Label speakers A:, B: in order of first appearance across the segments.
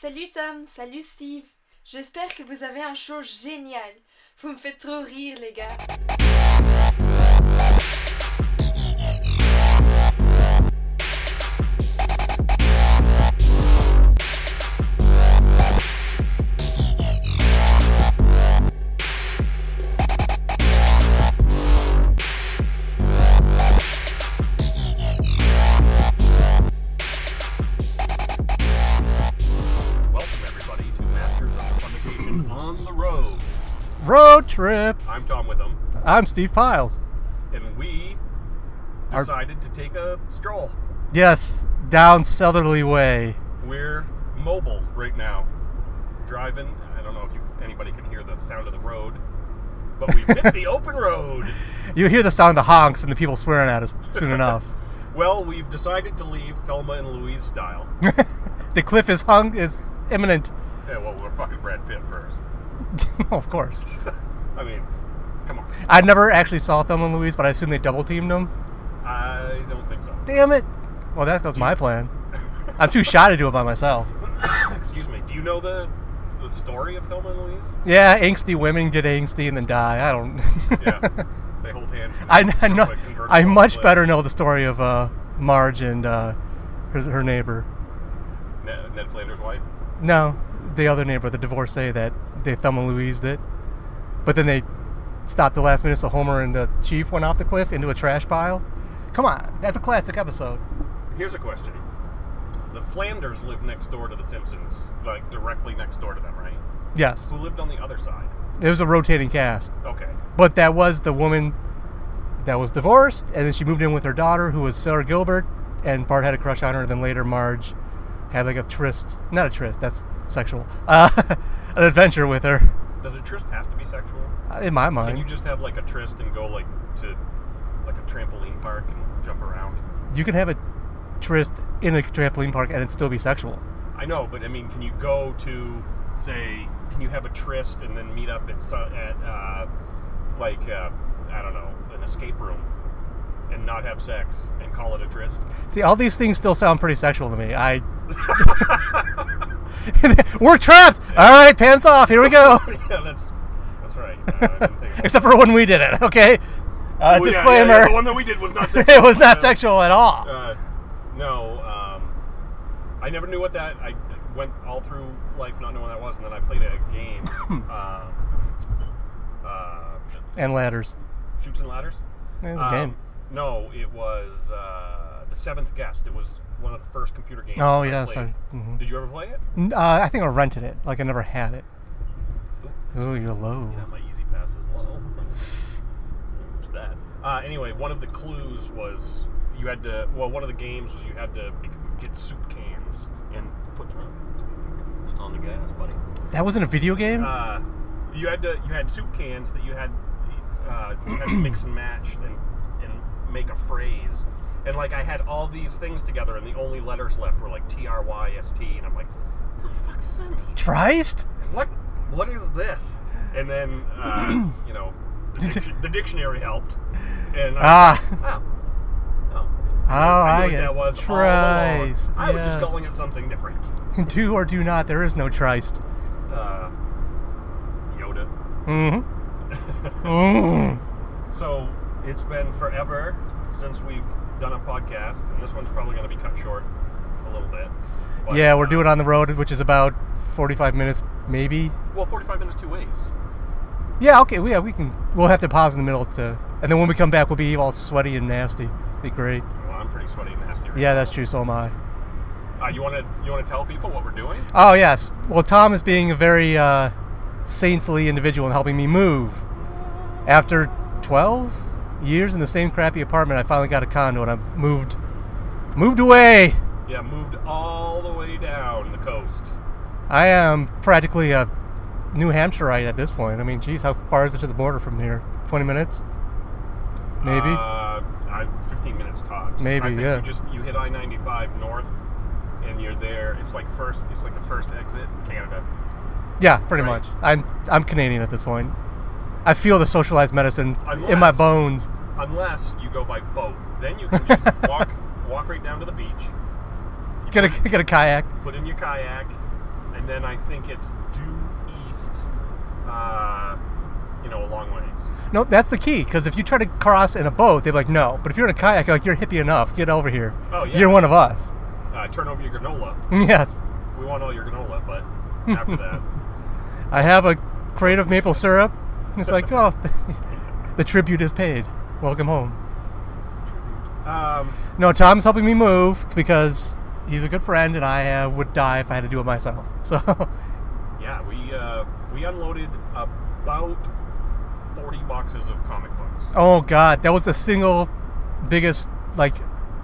A: Salut Tom, salut Steve. J'espère que vous avez un show génial. Vous me faites trop rire les gars.
B: Welcome, everybody, to Masters of Fun Vacation on the Road.
C: Road trip.
B: I'm Tom Witham,
C: I'm Steve Piles.
B: and we
C: Our-
B: decided to take a stroll.
C: Yes, down southerly way.
B: We're mobile right now, driving. I don't know if you, anybody can hear the sound of the road, but we've hit the open road.
C: You hear the sound of the honks and the people swearing at us soon enough.
B: Well, we've decided to leave Thelma and Louise style.
C: the cliff is hung is imminent.
B: yeah, well, we're fucking Brad Pitt first.
C: of course.
B: I mean, come on.
C: I never actually saw Thelma and Louise, but I assume they double teamed them.
B: I don't think so.
C: Damn it! Well, that was my plan. I'm too shy to do it by myself.
B: Excuse me. Do you know the the story of Thelma and Louise?
C: Yeah, angsty women get angsty and then die. I don't.
B: yeah, they hold hands. and
C: I,
B: they
C: I,
B: look
C: know,
B: like convertible
C: I much
B: split.
C: better know the story of uh, Marge and uh, her, her neighbor.
B: Ned, Ned Flanders' wife.
C: No, the other neighbor, the divorcee that they Thumb and Louise did. But then they stopped the last minute, so Homer and the chief went off the cliff into a trash pile. Come on, that's a classic episode.
B: Here's a question: The Flanders lived next door to the Simpsons, like directly next door to them, right?
C: Yes,
B: Who lived on the other side?
C: it was a rotating cast.
B: Okay,
C: But that was the woman that was divorced, and then she moved in with her daughter, who was Sarah Gilbert, and Bart had a crush on her, and then later Marge had like a tryst. Not a tryst, that's sexual. Uh, an adventure with her, uh,
B: does a tryst have to be sexual?
C: in my
B: Can
C: mind.
B: you just have like a tryst and go like to like a trampoline park and jump around?
C: you can have a tryst in a trampoline park and it still be sexual.
B: I know, but I mean, can you go to say? Can you have a tryst and then meet up at so- at uh, like uh, I don't know an escape room and not have sex and call it a tryst?
C: See, all these things still sound pretty sexual to me. I we're trapped. All right, pants off. Here we go.
B: yeah, that's that's right. Uh, I didn't think about
C: Except for when we did it. Okay.
B: Oh,
C: Uh,
B: yeah, yeah, yeah,
C: disclaimer:
B: the one that we did was not
C: it was not sexual at all.
B: Uh, no, um, I never knew what that. I went all through life not knowing what that was, and then I played a game. um, uh,
C: and ladders.
B: shoots and ladders.
C: Yeah, It's a
B: Um,
C: game.
B: No, it was uh, the seventh guest. It was one of the first computer games.
C: Oh,
B: I
C: yeah,
B: played.
C: sorry. Mhm.
B: Did you ever play it?
C: N- Uh, I think I rented it. Like I never had it.
B: Ooh,
C: Ooh, you're low.
B: yeah, Oh, my easy pass is low. Oops, that. Uh, anyway, one of the clues was you had to. Well, one of the games was you had to get soup cans and put them on, on the gas, buddy.
C: That wasn't a video game.
B: Uh, you had to. You had soup cans that you had. Uh, you had to mix and match and and make a phrase. And like I had all these things together, and the only letters left were like T R Y S T, and I'm like, what the fuck does that mean?
C: Trist?
B: what what is this? And then uh, you know the, diction- the dictionary helped, and I was
C: Ah.
B: like, oh, oh,
C: Oh,
B: I, knew
C: I
B: what
C: get
B: that was. all along.
C: Trist.
B: I was just
C: yes.
B: calling it something different.
C: Do or do not. There is no trist.
B: Uh, Yoda.
C: hmm mm.
B: So it's been forever since we've done a podcast, and this one's probably going to be cut short a little bit. But,
C: Yeah, we're
B: uh,
C: doing it on the road, which is about 45 minutes, maybe.
B: uh, well, forty-five minutes two ways.
C: Yeah, okay, we- yeah, we can. We'll have to pause in the middle to, and then when we come back, we'll be all sweaty and nasty. Be great.
B: Well, I'm pretty sweaty and nasty. Right
C: Yeah, that's true. So am I.
B: now. Uh, you want to you want to tell people what we're doing?
C: Oh yes. Well, Tom is being a very uh, saintly individual and helping me move. After 12 years in the same crappy apartment, I finally got a condo and I've moved, moved away.
B: Yeah, moved all the way down the coast.
C: I am practically a New Hampshireite at this point. I mean, geez, how far is it to the border from here? 20 minutes? Maybe.
B: Uh, I, 15 minutes tops.
C: Maybe,
B: I think
C: yeah.
B: You just you hit I-95 north, and you're there. It's like first. It's like the first exit in Canada.
C: yeah, pretty
B: right.
C: much. I'm I'm Canadian at this point. I feel the socialized medicine in my
B: Unless-
C: bones.
B: Unless you go by boat, then you can just walk walk right down to the beach. You
C: Get
B: put,
C: a get a kayak.
B: put in your kayak, and then I think it's due east, uh, you know, a long ways.
C: No, that's the key. Because if you try to cross in a boat, they're like, no. But if you're in a kayak, like you're hippie enough, get over here.
B: Oh, yeah.
C: You're one of us.
B: Uh, turn over your granola.
C: Yes.
B: We want all your granola, but after that,
C: I have a crate of maple syrup. It's like, oh, the tribute is paid. Welcome home.
B: tribute. Um,
C: No, Tom's helping me move because he's a good friend, and I uh, would die if I had to do it myself. So,
B: yeah, we uh, we unloaded about forty boxes of comic books.
C: oh god, that was the single biggest like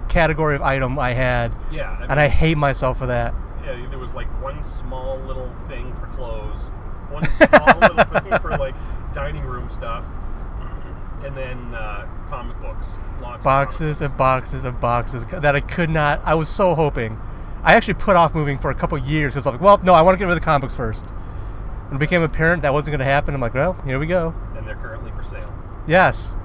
C: category of item I had,
B: Yeah, I mean,
C: and I hate myself for that.
B: yeah, there was like one small little thing for clothes, one small little thing for like dining room stuff, and then uh, comic books, lots of comic
C: boxes
B: books.
C: and boxes and boxes that I could not. I was so hoping. I actually put off moving for a couple years because I'm like, well, no, I want to get rid of the comic books first. And it became apparent that wasn't going to happen. I'm like, well, here we go.
B: and they're currently for sale.
C: Yes,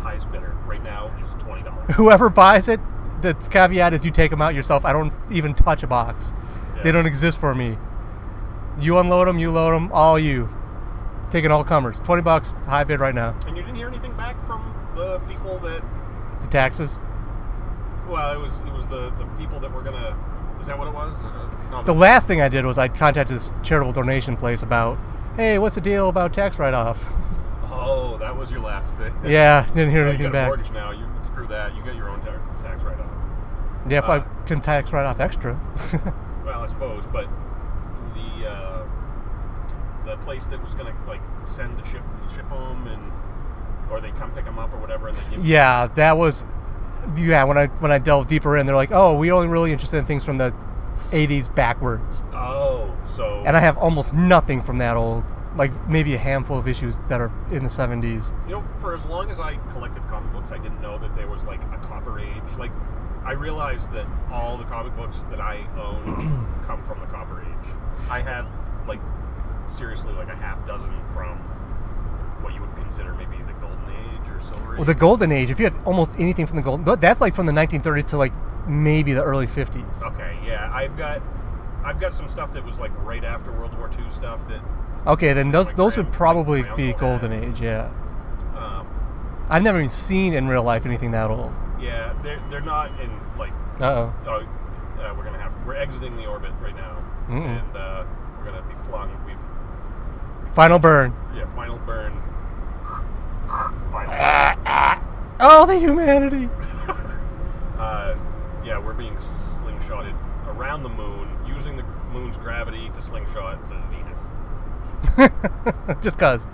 B: Highest bidder right now is twenty dollars.
C: whoever buys it, the caveat is you take them out yourself. I don't even touch a box. They
B: Yeah.
C: don't exist for me. You unload them, you load them, all you. Taking all comers. 20 bucks, high bid right now.
B: And you didn't hear anything back from the people that.
C: The taxes.
B: Well, it was it was the the people that were gonna. Is that what it was? No,
C: The last thing I did was I contacted this charitable donation place about, hey, what's the deal about tax write off?
B: oh, that was your last thing.
C: Yeah, didn't
B: Well, Oh,
C: hear
B: you
C: anything
B: got a
C: back.
B: mortgage now. You screw that. You got your own tax, tax write-off.
C: Yeah, if
B: Uh,
C: I can tax write off extra.
B: Well, I suppose, but the uh, the place that was gonna like send the ship ship home and or they come pick them up or whatever and they give
C: yeah, that was. Yeah, when I when I delve deeper in, they're like, oh, we only really interested in things from the 80s backwards,
B: oh so
C: and I have almost nothing from that old. Like maybe a handful of issues that are in the 70s.
B: you know for as long as I collected comic books I didn't know that there was like a copper age like I realized that all the comic books that I own come from the copper age I have like seriously like a half dozen from what you would consider maybe the golden age or silver age
C: Well, the Golden Age. If you have almost anything from the Golden, th- that's like from the 1930s to like maybe the early 50s.
B: Okay, yeah, I've got, I've got some stuff that was like right after World War II stuff that,
C: Okay, then those
B: Like
C: those
B: Ram-
C: would probably
B: like
C: be
B: Rambo had.
C: Golden Age. Yeah,
B: um,
C: I've never even seen in real life anything that old.
B: yeah, they're they're not in like,
C: Uh oh.
B: oh, uh, we're gonna have, we're exiting the orbit right now,
C: Mm-mm.
B: and uh, we're gonna be flung. We've,
C: Final burn.
B: yeah, final burn. Final.
C: Ah. Oh, the humanity.
B: Uh, yeah, we're being slingshotted around the moon using the moon's gravity to slingshot to Venus.
C: Just cause.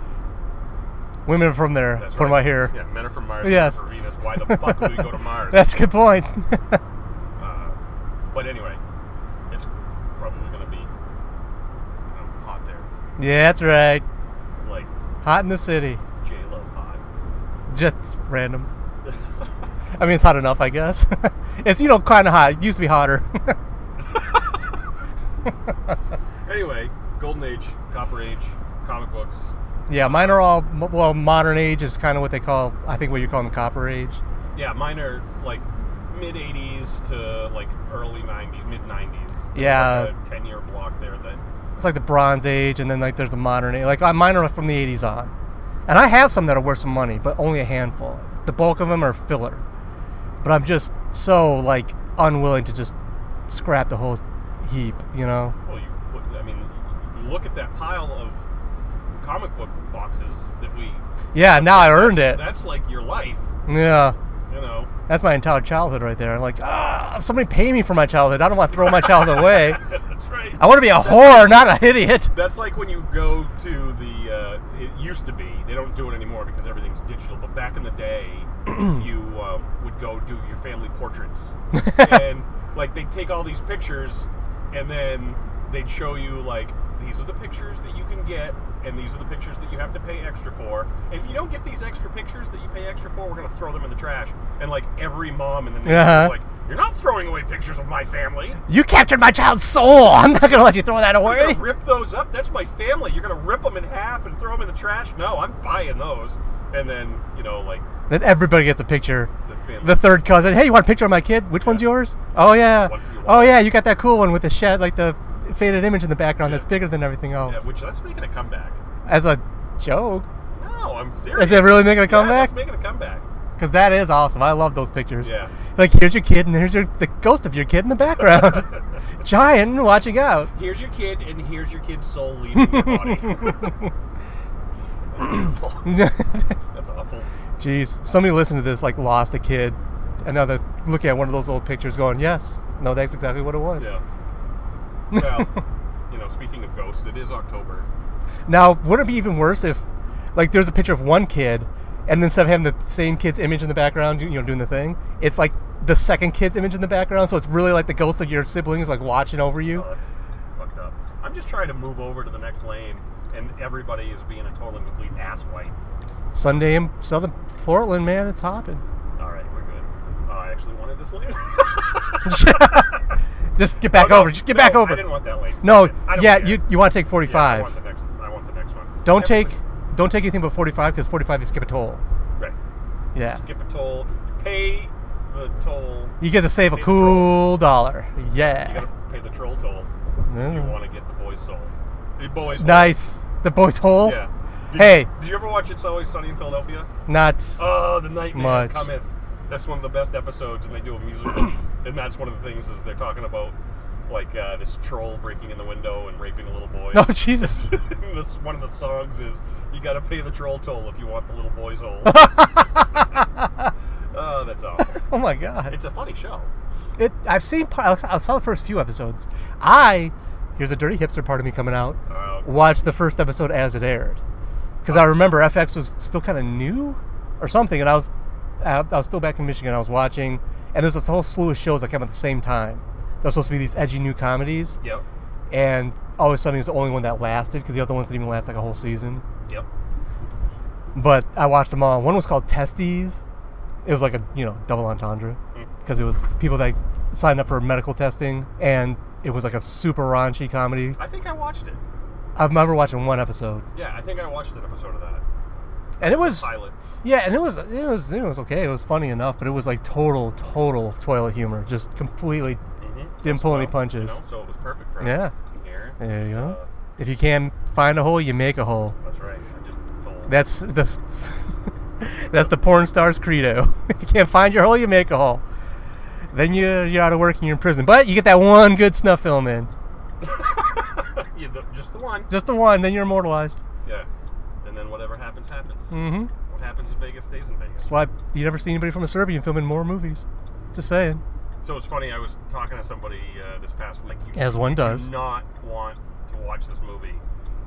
C: Women from there,
B: That's
C: from
B: right.
C: right here.
B: Yeah, men are from Mars.
C: Yes.
B: women are from Venus. Why the fuck would we go to Mars?
C: That's a good point.
B: Uh, but anyway, it's probably going to be you know, hot there,
C: yeah, that's right.
B: like
C: Hot in the city.
B: J Lo hot.
C: Just random. I mean, it's hot enough, I guess. it's, you know, kind of hot. It used to be hotter.
B: Anyway, Golden Age, Copper Age, comic books.
C: yeah, mine are all, mo- well, modern age is kind of what they call, I think what you're calling the copper age.
B: Yeah, mine are like mid '80s to like early '90s, mid '90s.
C: Yeah.
B: like a ten-year block there that.
C: It's like the bronze age, and then like there's the modern age. Like uh, mine are from the 80s on. And I have some that are worth some money, but only a handful. The bulk of them are filler. But I'm just so like unwilling to just scrap the whole heap, you know?
B: Well, you put. I mean, you look at that pile of comic book boxes that we.
C: Yeah, now I earned it.
B: That's like your life,
C: Yeah.
B: you know.
C: That's my entire childhood right there. I'm like, ah, somebody pay me for my childhood. I don't want to throw my childhood away.
B: that's right.
C: I want to be a whore, not an idiot.
B: That's like when you go to the. Uh, it used to be. They don't do it anymore because everything's digital. But back in the day, you um, would go do your family portraits, and like they'd take all these pictures, and then they'd show you like these are the pictures that you can get, and these are the pictures that you have to pay extra for. And if you don't get these extra pictures that you pay extra for, we're gonna throw them in the trash. And like every mom in the neighborhood
C: Uh-huh.
B: was like, "You're not throwing away pictures of my family."
C: You captured my child's soul. I'm not going to let you throw that
B: You're
C: away.
B: gonna rip those up? That's my family. You're gonna rip them in half and throw them in the trash? No, I'm buying those. And then you know, like
C: Then everybody gets a picture.
B: the family.
C: the third cousin. Hey, you want a picture of my kid? Which one's yours? Oh yeah.
B: One for you, one
C: Oh
B: for
C: yeah, you got that cool one with the shed, like the faded image in the background
B: Yeah.
C: that's bigger than everything
B: Yeah,
C: else.
B: which that's making a comeback.
C: As a joke,
B: No, I'm serious.
C: is it really making a
B: Yeah,
C: comeback?
B: it's making a comeback.
C: Because that is awesome. I love those pictures.
B: Yeah.
C: Like here's your kid, and here's your the ghost of your kid in the background, giant and watching out.
B: Here's your kid, and here's your kid's soul leaving your body. That's awful.
C: Jeez, somebody listened to this like lost a kid, and now they're looking at one of those old pictures, going, "Yes, no, that's exactly what it was."
B: Yeah. Well, you know, speaking of ghosts, it is October.
C: Now, wouldn't it be even worse if, like, there's a picture of one kid, and instead of having the same kid's image in the background, you know, doing the thing, it's like the second kid's image in the background, so it's really like the ghost of your sibling is like watching over you.
B: Oh, that's fucked up. I'm just trying to move over to the next lane, and everybody is being a total and complete asswipe.
C: Sunday in Southern Portland, man, it's hopping.
B: All right, we're good. Oh, I actually wanted this lane.
C: Just get back
B: Oh, no,
C: over. Just get
B: no,
C: back
B: I
C: over.
B: didn't want that lane.
C: No,
B: I don't
C: yeah,
B: care.
C: you you want to take
B: Yeah, I
C: 45.
B: want the next. I want the next one.
C: don't take
B: Everybody-
C: don't take anything but 45 because 45 you skip a toll.
B: Right.
C: Yeah.
B: Skip a toll. Pay the toll.
C: You get to save a
B: Skip a
C: cool dollar.
B: You
C: Yeah.
B: gotta pay the troll toll. if You
C: Mm.
B: want to get the boy's soul. The boy's soul.
C: Nice. The boys hole.
B: Yeah. Did
C: Hey.
B: You, did you ever watch It's Always Sunny in Philadelphia?
C: Not
B: Oh, the nightmare
C: Much.
B: cometh. That's one of the best episodes, and they do a musical, and that's one of the things is they're talking about like uh, this troll breaking in the window and raping a little boy.
C: No, Oh, Jesus.
B: And this one of the songs is you got to pay the troll toll if you want the little boy's hole. oh, that's awful.
C: Oh my god.
B: It's a funny show.
C: It, I've seen part, I saw the first few episodes. I here's a dirty hipster part of me coming out.
B: Uh,
C: Watched the first episode as it aired because I remember FX was still kind of new or something, and I was I, I was still back in Michigan. I was watching, and there's this whole slew of shows that came out at the same time. They're supposed to be these edgy new comedies,
B: yep.
C: and all of a sudden, it's the only one that lasted because the other ones didn't even last like a whole season.
B: Yep.
C: But I watched them all. One was called Testes. It was like a you know double entendre
B: Mm.
C: because it was people that signed up for medical testing, and it was like a super raunchy comedy.
B: I think I watched it.
C: I remember watching one episode,
B: Yeah, I think I watched an episode of that
C: and it was
B: pilot.
C: yeah, and it was it was it was okay. It was funny enough, but it was like total total toilet humor, just completely.
B: Mm-hmm.
C: Didn't pull any punches.
B: You know, so it was perfect for us.
C: Yeah.
B: Here.
C: There you
B: So,
C: go. If you can find a hole, you make a hole.
B: That's right. I just told.
C: That's the that's the porn star's credo. If you can't find your hole, you make a hole. Then you you're out of work and you're in prison. But you get that one good snuff film in,
B: Yeah, the, just the one.
C: just the one. Then you're immortalized.
B: Yeah. And then whatever happens, happens.
C: Mm-hmm.
B: What happens in Vegas stays in Vegas.
C: That's why you never see anybody from a Serbian film in more movies. Just saying.
B: So it's funny. I was talking to somebody uh, this past week. You
C: As one does.
B: do not want to watch this movie.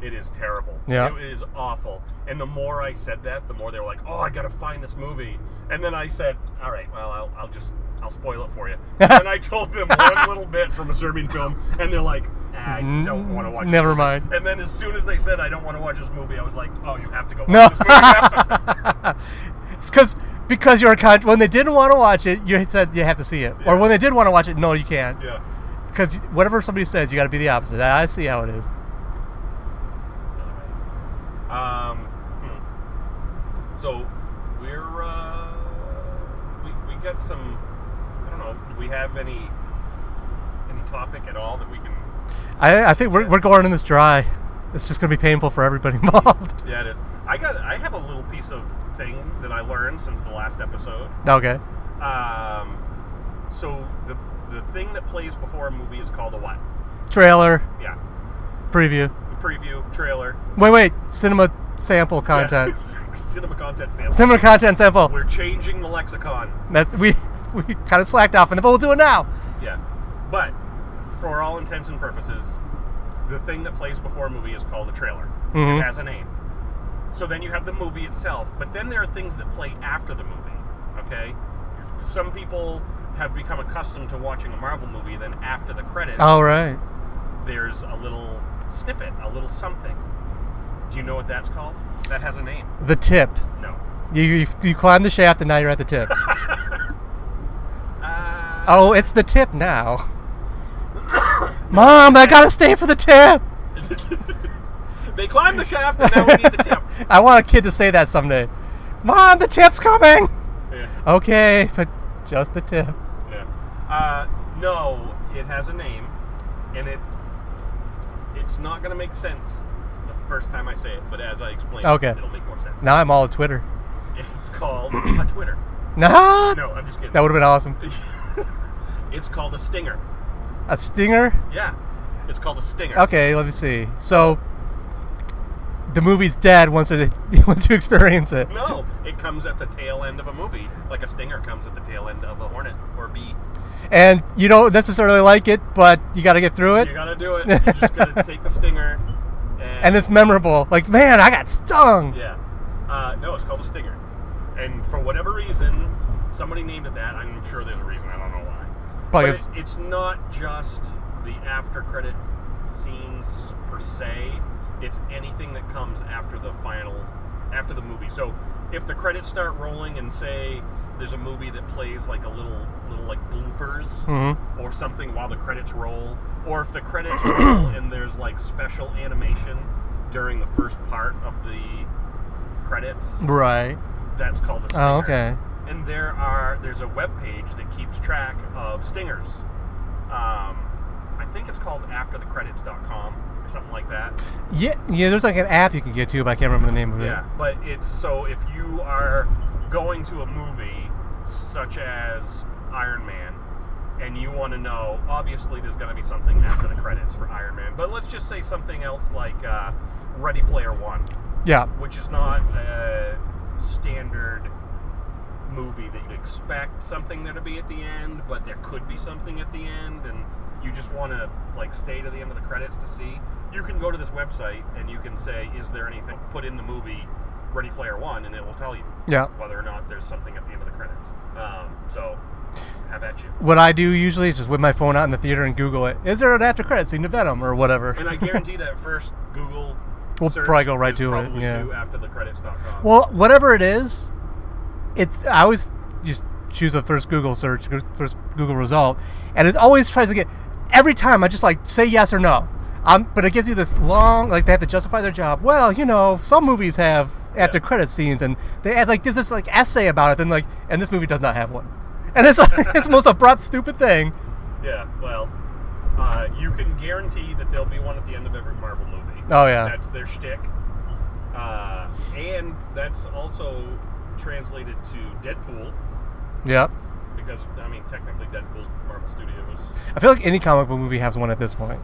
B: It is terrible.
C: Yeah.
B: It is awful. And the more I said that, the more they were like, "Oh, I gotta find this movie." And then I said, "All right, well, I'll, I'll just I'll spoil it for you." and I told them one little bit from a Serbian film, and they're like, "I don't want to watch." this
C: Never
B: movie."
C: mind.
B: And then as soon as they said, "I don't want to watch this movie," I was like, "Oh, you have to go watch
C: No.
B: this movie." now."
C: It's because because you're a con- when they didn't want to watch it, you said you have to see it, or
B: Yeah.
C: when they did want to watch it, no, you can't.
B: yeah.
C: Because whatever somebody says, you got to be the opposite. I I see how it is.
B: Um, hmm. So we're uh, we we got some. I don't know. Do we have any any topic at all that we can?
C: I, I think we're, we're going in this dry. It's just going to be painful for everybody involved.
B: Yeah, it is. I got. I have a little piece of thing that I learned since the last episode.
C: okay.
B: Um, so the the thing that plays before a movie is called a what?
C: Trailer,
B: Yeah,
C: preview.
B: preview, trailer,
C: Wait, wait. Cinema sample content.
B: cinema content sample.
C: Cinema content sample.
B: We're changing the lexicon.
C: That's we we kind of slacked off, on it, but we'll do it now.
B: Yeah. But for all intents and purposes, the thing that plays before a movie is called a trailer.
C: Mhm.
B: It has a name. So then you have the movie itself, but then there are things that play after the movie. Okay? Some people have become accustomed to watching a Marvel movie, then after the credits,
C: All right.
B: there's a little snippet, a little something. Do you know what that's called? That has a name.
C: The tip.
B: No.
C: You you, you climbed the shaft and now you're at the tip.
B: Uh,
C: oh, it's the tip now. Mom, I gotta stay for the tip.
B: they climb the shaft, and now we need the tip.
C: I want a kid to say that someday. Mom, the tip's coming.
B: Yeah.
C: Okay, but just the tip.
B: Yeah. Uh, no, it has a name, and it It's not gonna make sense the first time I say it, but as I explain,
C: Okay.
B: it, it'll make more sense.
C: Now I'm all at Twitter.
B: It's called a Twitter.
C: Nah,
B: No, I'm just kidding.
C: that would have been awesome.
B: it's called a stinger.
C: A stinger.
B: Yeah, it's called a stinger.
C: Okay, let me see. So the movie's dead once it once you experience it.
B: No, it comes at the tail end of a movie, like a stinger comes at the tail end of a hornet or a bee.
C: and you don't necessarily like it, but you got to get through it.
B: You gotta do it. You just gotta take the stinger. And,
C: and it's memorable. Like, man, I got stung.
B: yeah, uh, no, it's called a stinger. And for whatever reason, somebody named it that. I'm sure there's a reason. I don't know why.
C: Probably
B: But
C: 'cause-
B: it- it's not just the after credit scenes per se. It's anything that comes after the final, after the movie. So if the credits start rolling and say there's a movie that plays like a little, little like bloopers
C: Mhm.
B: or something while the credits roll, or if the credits roll and there's like special animation during the first part of the credits,
C: Right.
B: that's called a stinger.
C: Oh, okay.
B: And there are there's a web page that keeps track of stingers. Um, I think it's called afterthecredits.com or something like that.
C: Yeah, yeah. There's like an app you can get to, but I can't remember the name of it.
B: Yeah, but it's so if you are going to a movie such as Iron Man and you want to know, obviously there's going to be something after the credits for Iron Man, but let's just say something else like uh, Ready Player One,
C: Yeah.
B: which is not a standard movie that you'd expect something there to be at the end, but there could be something at the end, and you just want to like stay to the end of the credits to see. You can go to this website and you can say, "Is there anything?" Put in the movie Ready Player One, and it will tell you
C: Yeah.
B: whether or not there's something at the end of the credits. Um, so, have at you.
C: What I do usually is just whip my phone out in the theater and Google it. Is there an after credit scene to Venom or whatever?
B: And I guarantee that first Google.
C: We'll
B: search
C: probably go right
B: is
C: to it,
B: probably
C: yeah.
B: To after the credits.com.
C: well, whatever it is, it's I always just choose the first Google search, first Google result, and it always tries to get every time. I just like say yes or no. Um, but it gives you this long, like they have to justify their job. Well, you know, some movies have after credit scenes, and they add like there's this like essay about it, and like, and this movie does not have one, and it's like, it's the most abrupt, stupid thing.
B: Yeah, well, uh, you can guarantee that there'll be one at the end of every Marvel movie.
C: Oh, yeah.
B: that's their shtick, uh, and that's also translated to Deadpool
C: Yep.
B: because I mean, technically, Deadpool's Marvel Studios.
C: I feel like any comic book movie has one at this point.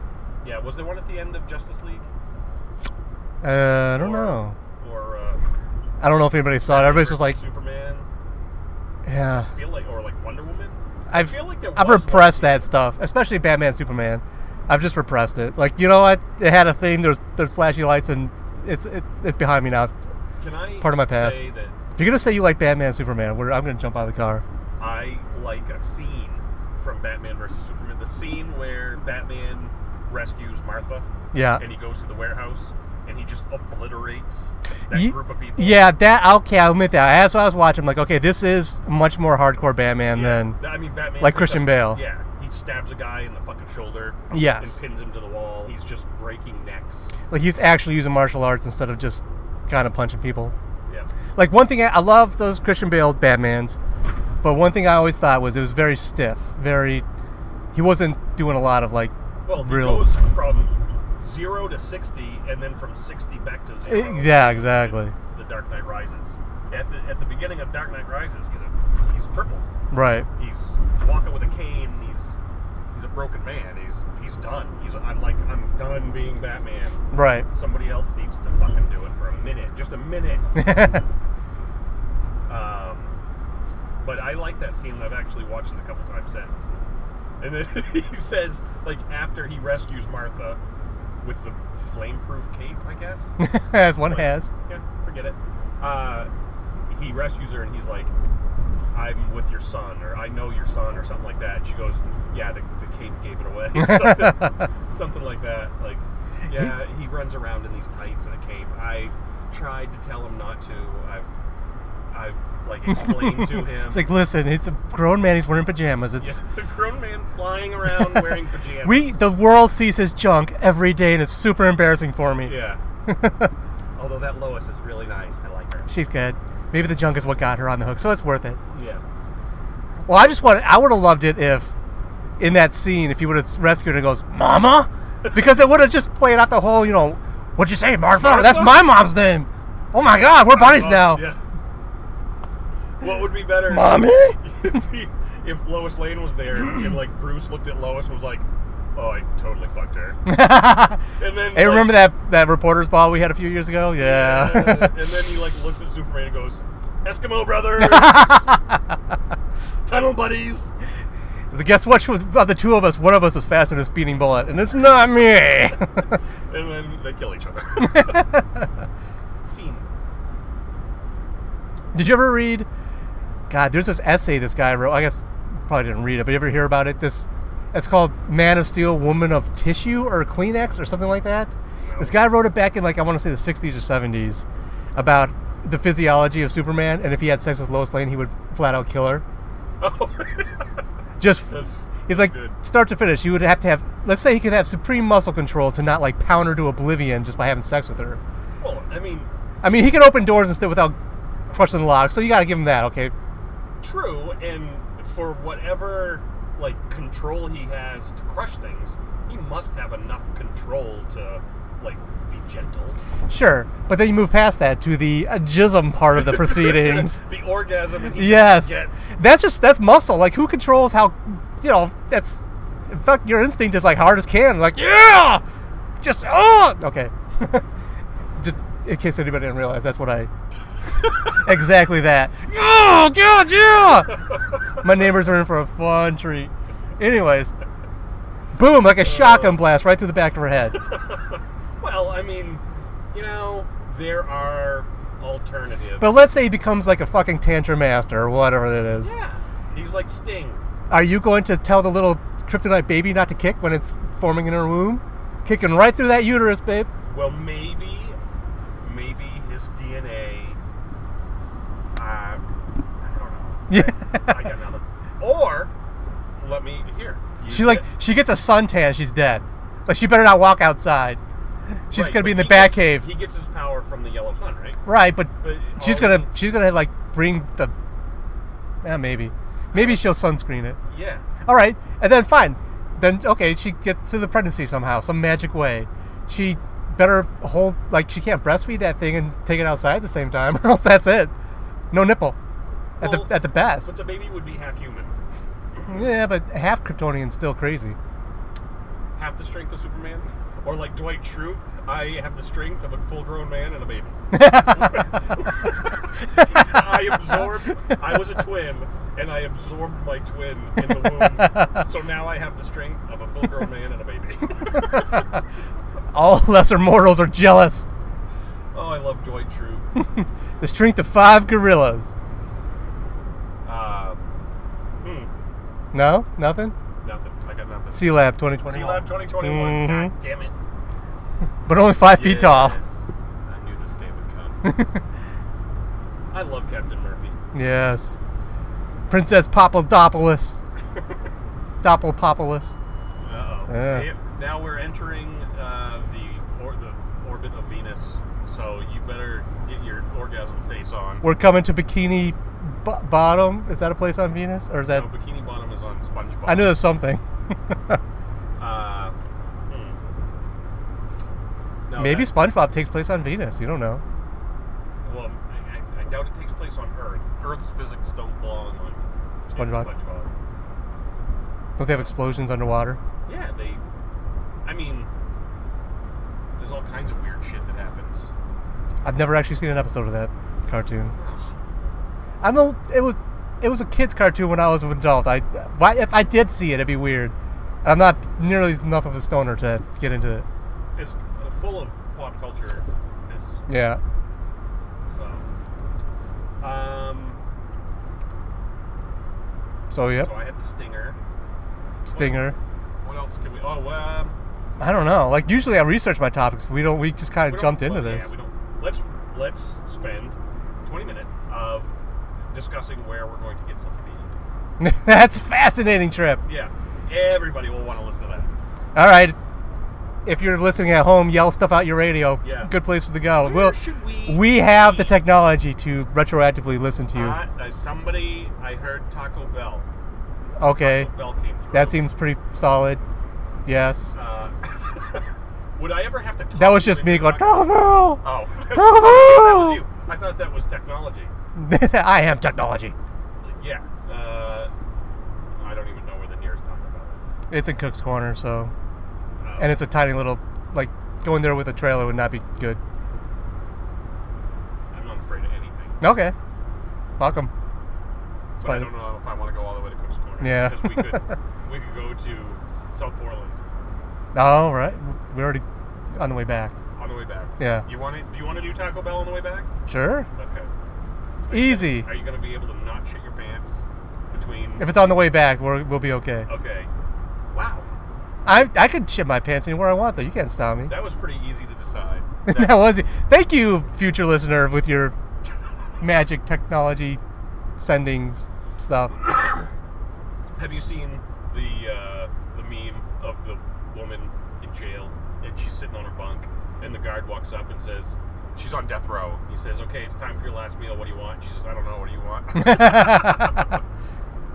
B: Yeah, was there one at the end of Justice League?
C: Uh, I don't
B: Or-
C: know.
B: Or uh,
C: I don't know if anybody saw it. Everybody's just like,
B: Superman.
C: yeah.
B: Feel like or like Wonder Woman.
C: I've
B: feel like there
C: I've
B: was one
C: repressed
B: at the
C: that stuff, especially Batman Superman. I've just repressed it. Like you know what? It had a thing. There's there's flashy lights and it's it's, it's behind me now.
B: Can I
C: Part of my past.
B: say that
C: If you're gonna say you like Batman Superman, we're, I'm gonna jump out of the car.
B: I like a scene from Batman versus Superman? The scene where Batman rescues Martha.
C: Yeah.
B: and he goes to the warehouse and he just obliterates that
C: Ye-
B: group of people.
C: Yeah, that okay. I will admit that. As I was watching, I'm like, okay, this is much more hardcore Batman
B: Yeah.
C: than
B: Th- I mean Batman,
C: like
B: picks
C: Christian
B: up-
C: Bale.
B: Yeah, he stabs a guy in the fucking shoulder.
C: Yes.
B: and pins him to the wall. He's just breaking necks.
C: like he's actually using martial arts instead of just kind of punching people.
B: Yeah,
C: Like one thing I, I love those Christian Bale Batmans, but one thing I always thought was it was very stiff. Very, he wasn't doing a lot of like
B: well, he
C: Real-
B: goes from zero to sixty, and then from sixty back to zero.
C: Yeah, exactly.
B: The Dark Knight Rises. At the at the beginning of Dark Knight Rises, he's a, he's crippled.
C: Right.
B: He's walking with a cane. He's he's a broken man. He's he's done. He's I'm like I'm done being Batman.
C: Right.
B: somebody else needs to fucking do it for a minute, just a minute. um, but I like that scene. and I've actually watched it a couple times since. And then he says, like, after he rescues Martha with the flameproof cape, I guess.
C: As one
B: Like,
C: has.
B: Yeah, forget it. Uh, he rescues her and he's like, I'm with your son, or I know your son, or something like that. And she goes, Yeah, the, the cape gave it away. or something, something like that. Like, yeah, he runs around in these tights and a cape. I've tried to tell him not to. I've, I've like explained to him.
C: It's like, listen, he's a grown man. He's wearing pajamas.
B: yeah,
C: It's
B: a grown man flying around wearing pajamas.
C: we. The world sees his junk every day, and it's super embarrassing for me.
B: yeah. Although that Lois is really nice. I like her.
C: She's good. Maybe the junk is what got her on the hook, so it's worth it.
B: Yeah.
C: Well, I just want. I would have loved it if, in that scene, if he would have rescued her and goes, "Mama," because it would have just played out the whole, you know, what'd you say, Martha? That's my mom's name. Oh my God, we're buddies
B: Oh,
C: now.
B: Yeah. What would be better?
C: Mommy?
B: if, he- if Lois Lane was there and like Bruce looked at Lois and was like, "Oh, I totally fucked her," and then like,
C: Hey, remember that that reporter's ball we had a few years ago?
B: uh,
C: Yeah.
B: and then he like looks at Superman and goes, "Eskimo brother, tunnel buddies."
C: Guess what? Of the two of us, one of us is faster than a speeding bullet, and it's not me.
B: And then they kill each other. Fiend.
C: Did you ever read? God, there's this essay this guy wrote. I guess probably didn't read it, but you ever hear about it? This it's called "Man of Steel, Woman of Tissue" or Kleenex or something like that. This guy wrote it back in like I want to say the 60s or 70s about the physiology of Superman, and if he had sex with Lois Lane, he would flat out kill her. Just
B: Oh, That's
C: he's like
B: good.
C: start to finish. He would have to have. Let's say he could have supreme muscle control to not like pound her to oblivion just by having sex with her.
B: Well, I mean,
C: I mean, he can open doors and stuff without crushing the lock. So you got to give him that, okay?
B: true, and for whatever like control he has to crush things, he must have enough control to like be gentle.
C: Sure, but then you move past that to the uh, jism part of the proceedings.
B: the orgasm. And he
C: yes,
B: Gets.
C: that's just that's muscle. Like who controls how? You know, that's fuck. Your instinct is like hard as can. Like yeah, just oh. Okay, just in case anybody didn't realize, that's what I. exactly that. Oh god, yeah. My neighbors are in for a fun treat. Anyways, boom! Like a shotgun blast right through the back of her head.
B: Well, I mean, you know, there are alternatives.
C: But let's say he becomes like a fucking tantrum master or whatever that is.
B: yeah, he's like Sting.
C: Are you going to tell the little kryptonite baby not to kick when it's forming in her womb? Kicking right through that uterus, babe.
B: Well, maybe, maybe his DNA. Uh, I don't know.
C: Yeah.
B: I got nothing. Or let me here. you
C: She like
B: get-
C: she gets a suntan, she's dead. Like she better not walk outside. She's
B: right,
C: gonna
B: but
C: be in the
B: he gets-
C: Batcave.
B: He gets his power from the yellow sun, right?
C: Right, but,
B: But
C: she's
B: all he-
C: gonna she's gonna like bring the Yeah, maybe. Maybe she'll sunscreen it.
B: Yeah.
C: All right, and then fine. Then okay, she gets to the pregnancy somehow, some magic way. She better hold like she can't breastfeed that thing and take it outside at the same time, or else that's it. No nipple. At
B: Well,
C: the at the
B: But
C: best.
B: the baby would be half human,
C: yeah, but half Kryptonian's still crazy.
B: half the strength of Superman, or like Dwight Schrute. I have the strength of a full-grown man and a baby. I absorbed. I was a twin, and I absorbed my twin in the womb. So now I have the strength of a full-grown man and a baby.
C: All lesser mortals are jealous.
B: oh, I love Dwight Schrute.
C: The strength of five gorillas.
B: Uh, hmm,
C: No, nothing.
B: nothing. I got nothing.
C: C Lab 2020.
B: C Lab 2021.
C: Mhm.
B: God damn it.
C: But only five feet tall.
B: Yes. I knew this day would come. I love Captain Murphy.
C: Yes. Princess Papadopoulos. Doppelpopoulos.
B: Uh-oh.
C: Yeah.
B: Hey, Now we're entering uh, the or the orbit of Venus, so you better get your orgasm face on.
C: We're coming to Bikini Bo- Bottom. Is that a place on Venus, or is that?
B: No, Bikini Bottom is on SpongeBob.
C: I knew there's something.
B: Uh, hmm. No,
C: Maybe
B: that-
C: SpongeBob takes place on Venus. You don't know.
B: well, I, I- I doubt it takes place on Earth. Earth's physics don't belong on in
C: SpongeBob.
B: SpongeBob.
C: Don't they have explosions underwater?
B: Yeah, they. I mean, there's all kinds of weird shit that happens.
C: I've never actually seen an episode of that cartoon.
B: Ugh.
C: I'm a. It was. It was a kids' cartoon when I was an adult. I. Why? If I did see it, it'd be weird. And I'm not nearly enough of a stoner to get into it.
B: It's uh, full of pop culture. It's,
C: Yeah.
B: So, um,
C: So yep.
B: so I had the stinger.
C: Stinger.
B: What else could we? Oh, um,
C: I don't know. Like usually I research my topics. We don't. We just
B: we
C: kind
B: don't-
C: of jumped into
B: well, yeah,
C: this.
B: we don't- let's let's spend twenty minutes of discussing where we're going to get something to eat.
C: That's a fascinating trip.
B: Yeah, everybody will want to listen to that.
C: All right. If you're listening at home, yell stuff out your radio.
B: Yeah.
C: Good places to go.
B: Where
C: Well,
B: should we
C: we have the
B: eat?
C: technology to retroactively listen to you.
B: Uh, uh, somebody I heard Taco Bell.
C: okay.
B: Taco Bell came through.
C: That seems pretty solid. Yes.
B: Uh, Would I ever have to? Talk
C: That was
B: to you
C: just
B: if
C: me
B: you're
C: going,
B: talking-
C: Tofu!
B: Oh, that was
C: Tofu!
B: you. I thought that was technology.
C: I am technology.
B: Yeah. Uh, I don't even know where the nearest Taco Bell is.
C: It's in Cook's Corner, so.
B: Uh,
C: And it's a tiny little. Like, going there with a trailer would not be good.
B: I'm not afraid of anything.
C: Okay. Welcome.
B: But I
C: Spider-
B: don't know if I want to go all the way to Cook's Corner.
C: Yeah.
B: Because we could, we could go to South Portland
C: All Oh, right. We're already on the way back.
B: on the way back.
C: Yeah.
B: You want to? Do you want to do Taco Bell on the way back?
C: Sure.
B: Okay.
C: Easy.
B: Are you going to be able to not shit your pants between?
C: If it's on the way back, we're, we'll be okay.
B: okay. Wow.
C: I, I could shit my pants anywhere I want, though. You can't stop me.
B: That was pretty easy to decide.
C: That, was it. Thank you, future listener, with your magic technology sendings stuff.
B: Have you seen the uh, the meme of the woman in jail and she's sitting on her bunk and the guard walks up and says she's on death row. He says, "Okay, it's time for your last meal. What do you want?" She says, "I don't know. What do you want?"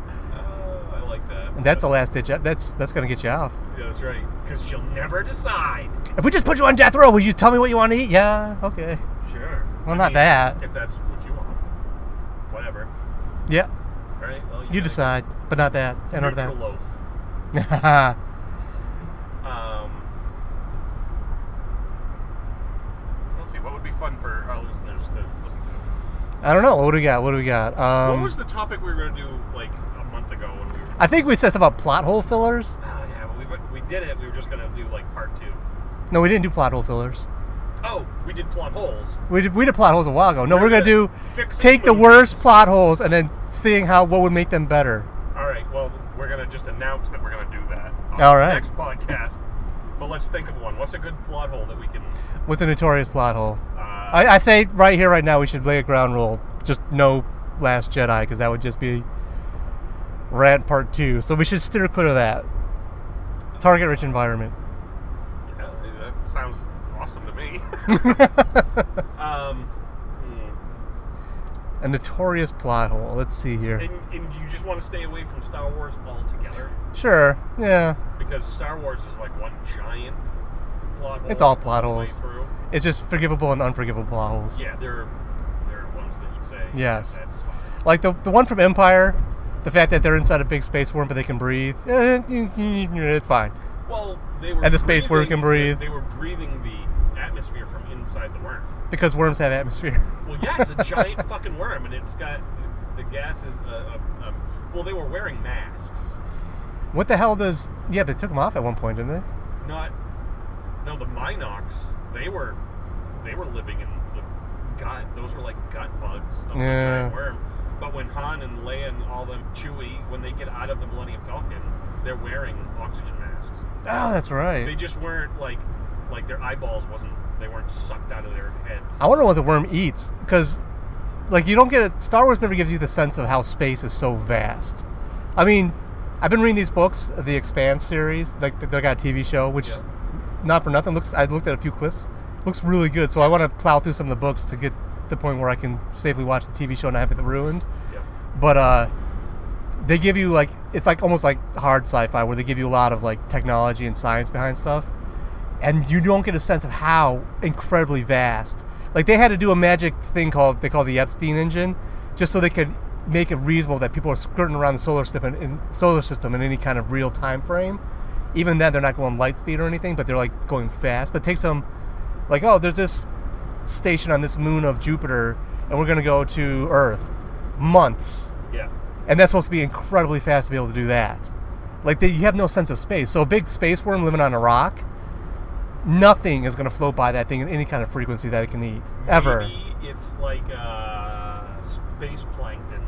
C: And
B: Oh, I like that.
C: that's a last ditch. That's that's gonna get you off.
B: Yeah, that's right. Because she'll never decide.
C: If we just put you on death row, will you tell me what you want to eat? Yeah, okay.
B: Sure.
C: Well, not that.
B: If that's what you want, whatever.
C: Yeah,
B: All right. Well, you,
C: you
B: gotta-
C: decide, but not that. And not
B: Neutral loaf.
C: that.
B: Um, let's see. What would be fun for our listeners to listen to?
C: I don't know. What do we got? What do we got? Um,
B: what was the topic we were going to do like a month ago when we were?
C: I think we said something about plot hole fillers.
B: Oh yeah, but we we did it. We were just going to do like part two.
C: No, we didn't do plot hole fillers.
B: Oh, we did plot holes.
C: We did, we did plot holes a while ago. No,
B: We're
C: we're, gonna,
B: gonna
C: do
B: fix
C: take the
B: movies.
C: worst plot holes and then seeing how what would make them better.
B: All right. Well, we're going to just announce that we're going to do that. on
C: All
B: the
C: right.
B: Next podcast. But let's think of one. What's a good plot hole that we can?
C: What's a notorious plot hole?
B: Uh,
C: I, I say right here, right now, we should lay a ground rule. Just no Last Jedi, because that would just be rant part two. So we should steer clear of that. Target rich environment.
B: yeah, that sounds awesome to me. um, hmm.
C: A notorious plot hole. Let's see here.
B: and, and you just want to stay away from Star Wars altogether
C: Sure. Yeah.
B: because Star Wars is like one giant plot hole.
C: It's all
B: the
C: plot
B: way
C: holes.
B: through.
C: It's just forgivable and unforgivable plot holes.
B: Yeah, there are, there are ones that you'd say.
C: Yes.
B: That's fine.
C: Like the, the one from Empire, the fact that they're inside a big space worm but they can breathe. Eh, It's fine.
B: Well, they were.
C: And the space where we
B: breathing-
C: can breathe.
B: They were breathing the atmosphere from inside the worm.
C: Because worms have atmosphere.
B: Well, yeah, it's a giant fucking worm, and it's got the gases. Uh, uh, um, well, they were wearing masks.
C: What the hell does. Yeah, they took them off at one point, didn't they?
B: Not. No, the Minox. They were. They were living in the gut. Those were like gut bugs of
C: Yeah.
B: the giant worm. But when Han and Leia and all them Chewie, when they get out of the Millennium Falcon, they're wearing oxygen masks.
C: Oh, that's right.
B: They just weren't like like their eyeballs wasn't they weren't sucked out of their heads.
C: I wonder what the worm eats because, like, you don't get it. Star Wars never gives you the sense of how space is so vast. I mean, I've been reading these books, the Expanse series, like they got a TV show, which,
B: Yeah.
C: not for nothing, looks. I looked at a few clips, looks really good. So I want to plow through some of the books to get to the point where I can safely watch the TV show and not have it ruined.
B: Yeah.
C: But uh, they give you like it's like almost like hard sci-fi where they give you a lot of like technology and science behind stuff and you don't get a sense of how incredibly vast. Like they had to do a magic thing called they call the Epstein engine, just so they could make it reasonable that people are skirting around the solar system in solar system in any kind of real time frame. Even then, they're not going light speed or anything, but they're like going fast. But it takes them, like, oh, there's this station on this moon of Jupiter, and we're gonna go to Earth, months
B: Yeah.
C: and that's supposed to be incredibly fast to be able to do that. Like they, you have no sense of space. So a big space worm living on a rock, nothing is going to float by that thing in any kind of frequency that it can eat ever.
B: Maybe it's like uh, space plankton.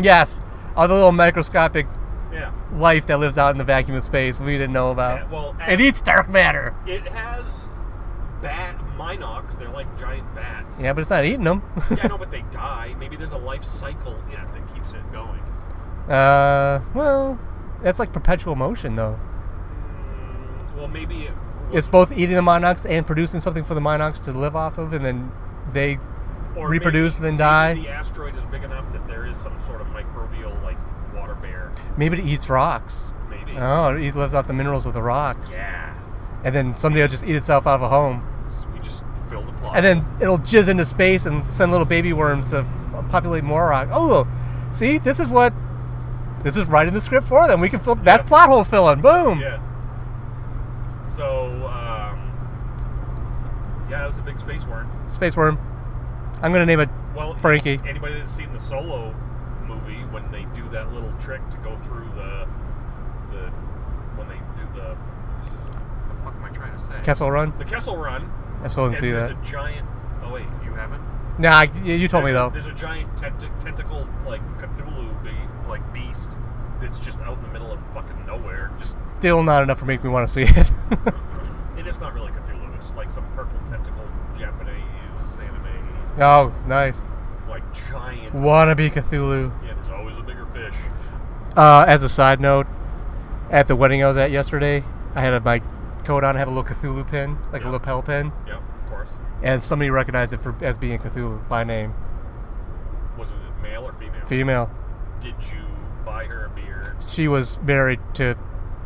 C: Yes, all the little microscopic
B: Yeah.
C: life that lives out in the vacuum of space we didn't know about.
B: Yeah, well,
C: Oh.
B: uh,
C: it eats dark matter.
B: It has bat minox. They're like giant bats.
C: Yeah, but it's not eating them.
B: yeah, no, but they die. Maybe there's a life cycle in it that keeps it going.
C: uh, well, that's like perpetual motion though.
B: Mm, well, maybe it,
C: It's both eating the monox and producing something for the monox to live off of, and then they
B: or
C: reproduce
B: maybe-
C: and then
B: maybe The asteroid is big enough that there is some sort of microbial like water bear.
C: maybe it eats rocks.
B: Maybe.
C: Oh, he lives out the minerals of the rocks.
B: yeah.
C: and then someday it'll just eat itself out of a home,
B: So we just filled the plot.
C: and then it'll jizz into space and send little baby worms to populate more rock. Oh, see, this is what this is right in the script for them. We can fill that's plot hole filling. Boom.
B: yeah. So um, yeah, it was a big space worm.
C: Space worm. I'm gonna name it.
B: Well,
C: Frankie.
B: Anybody that's seen the Solo movie when they do that little trick to go through the the when they do the the fuck am I trying to say?
C: Kessel Run.
B: The Kessel Run.
C: I still didn't
B: and
C: see
B: there's
C: that.
B: a giant. Oh wait, you haven't.
C: Nah, y- you told me
B: There's-
C: though.
B: There's a giant tenta- tentacle like Cthulhu be- like beast that's just out in the middle of fucking nowhere. Just
C: Still not enough to make me want to see it.
B: it is not really Cthulhu. It's like some purple tentacle Japanese anime
C: oh, nice.
B: like giant.
C: Wannabe Cthulhu.
B: Yeah, there's always a bigger fish.
C: Uh, as a side note, at the wedding I was at yesterday, I had a, my coat on. I have a little Cthulhu pin, like
B: Yeah.
C: a lapel pin,
B: Yep, of course.
C: and somebody recognized it for as being Cthulhu by name.
B: Was it male or female?
C: Female.
B: Did you buy her a beer?
C: She was married to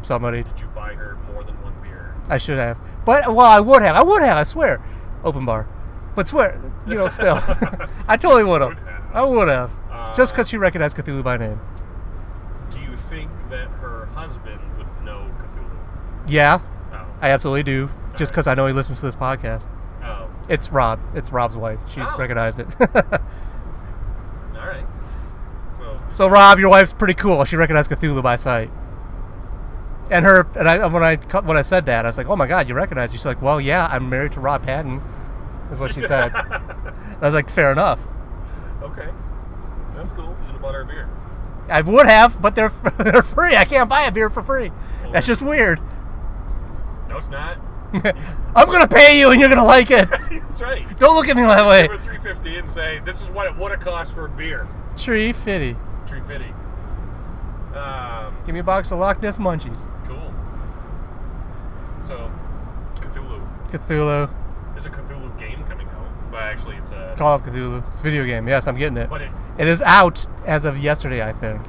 C: somebody.
B: Did you buy her more than one beer?
C: I should have, but well, I would have. I would have. I swear. Open bar, but swear, you know, still, I totally would have. I would have,
B: Uh,
C: just because she recognized Cthulhu by name.
B: Do you think that her husband would know Cthulhu?
C: Yeah,
B: Oh.
C: I absolutely do. Just because I know he listens to this podcast.
B: Oh.
C: It's Rob. It's Rob's wife. She
B: Oh.
C: recognized it.
B: All right. So
C: so Rob, your wife's pretty cool. She recognized Cthulhu by sight. And her and I when I cu- when I said that, I was like, "Oh my God, you recognize?" She's like, "Well, yeah, I'm married to Rob Patton," is what she said. I was like, "Fair enough."
B: okay, that's cool. Should have bought her a beer.
C: I would have, but they're they're free. I can't buy a beer for free. That's just weird.
B: No, it's not.
C: I'm gonna pay you, and you're gonna like it.
B: that's right.
C: Don't look at me that way.
B: Give her three fifty and say this is what it would have cost for a beer.
C: Tree fitty.
B: Three fifty. Um,
C: Give me a box of Loch Ness munchies.
B: cool. So, Cthulhu.
C: Cthulhu.
B: There's a Cthulhu game coming out. Well, actually, it's a.
C: Call of Cthulhu. It's a video game. Yes, I'm getting it.
B: But it,
C: It is out as of yesterday, I think.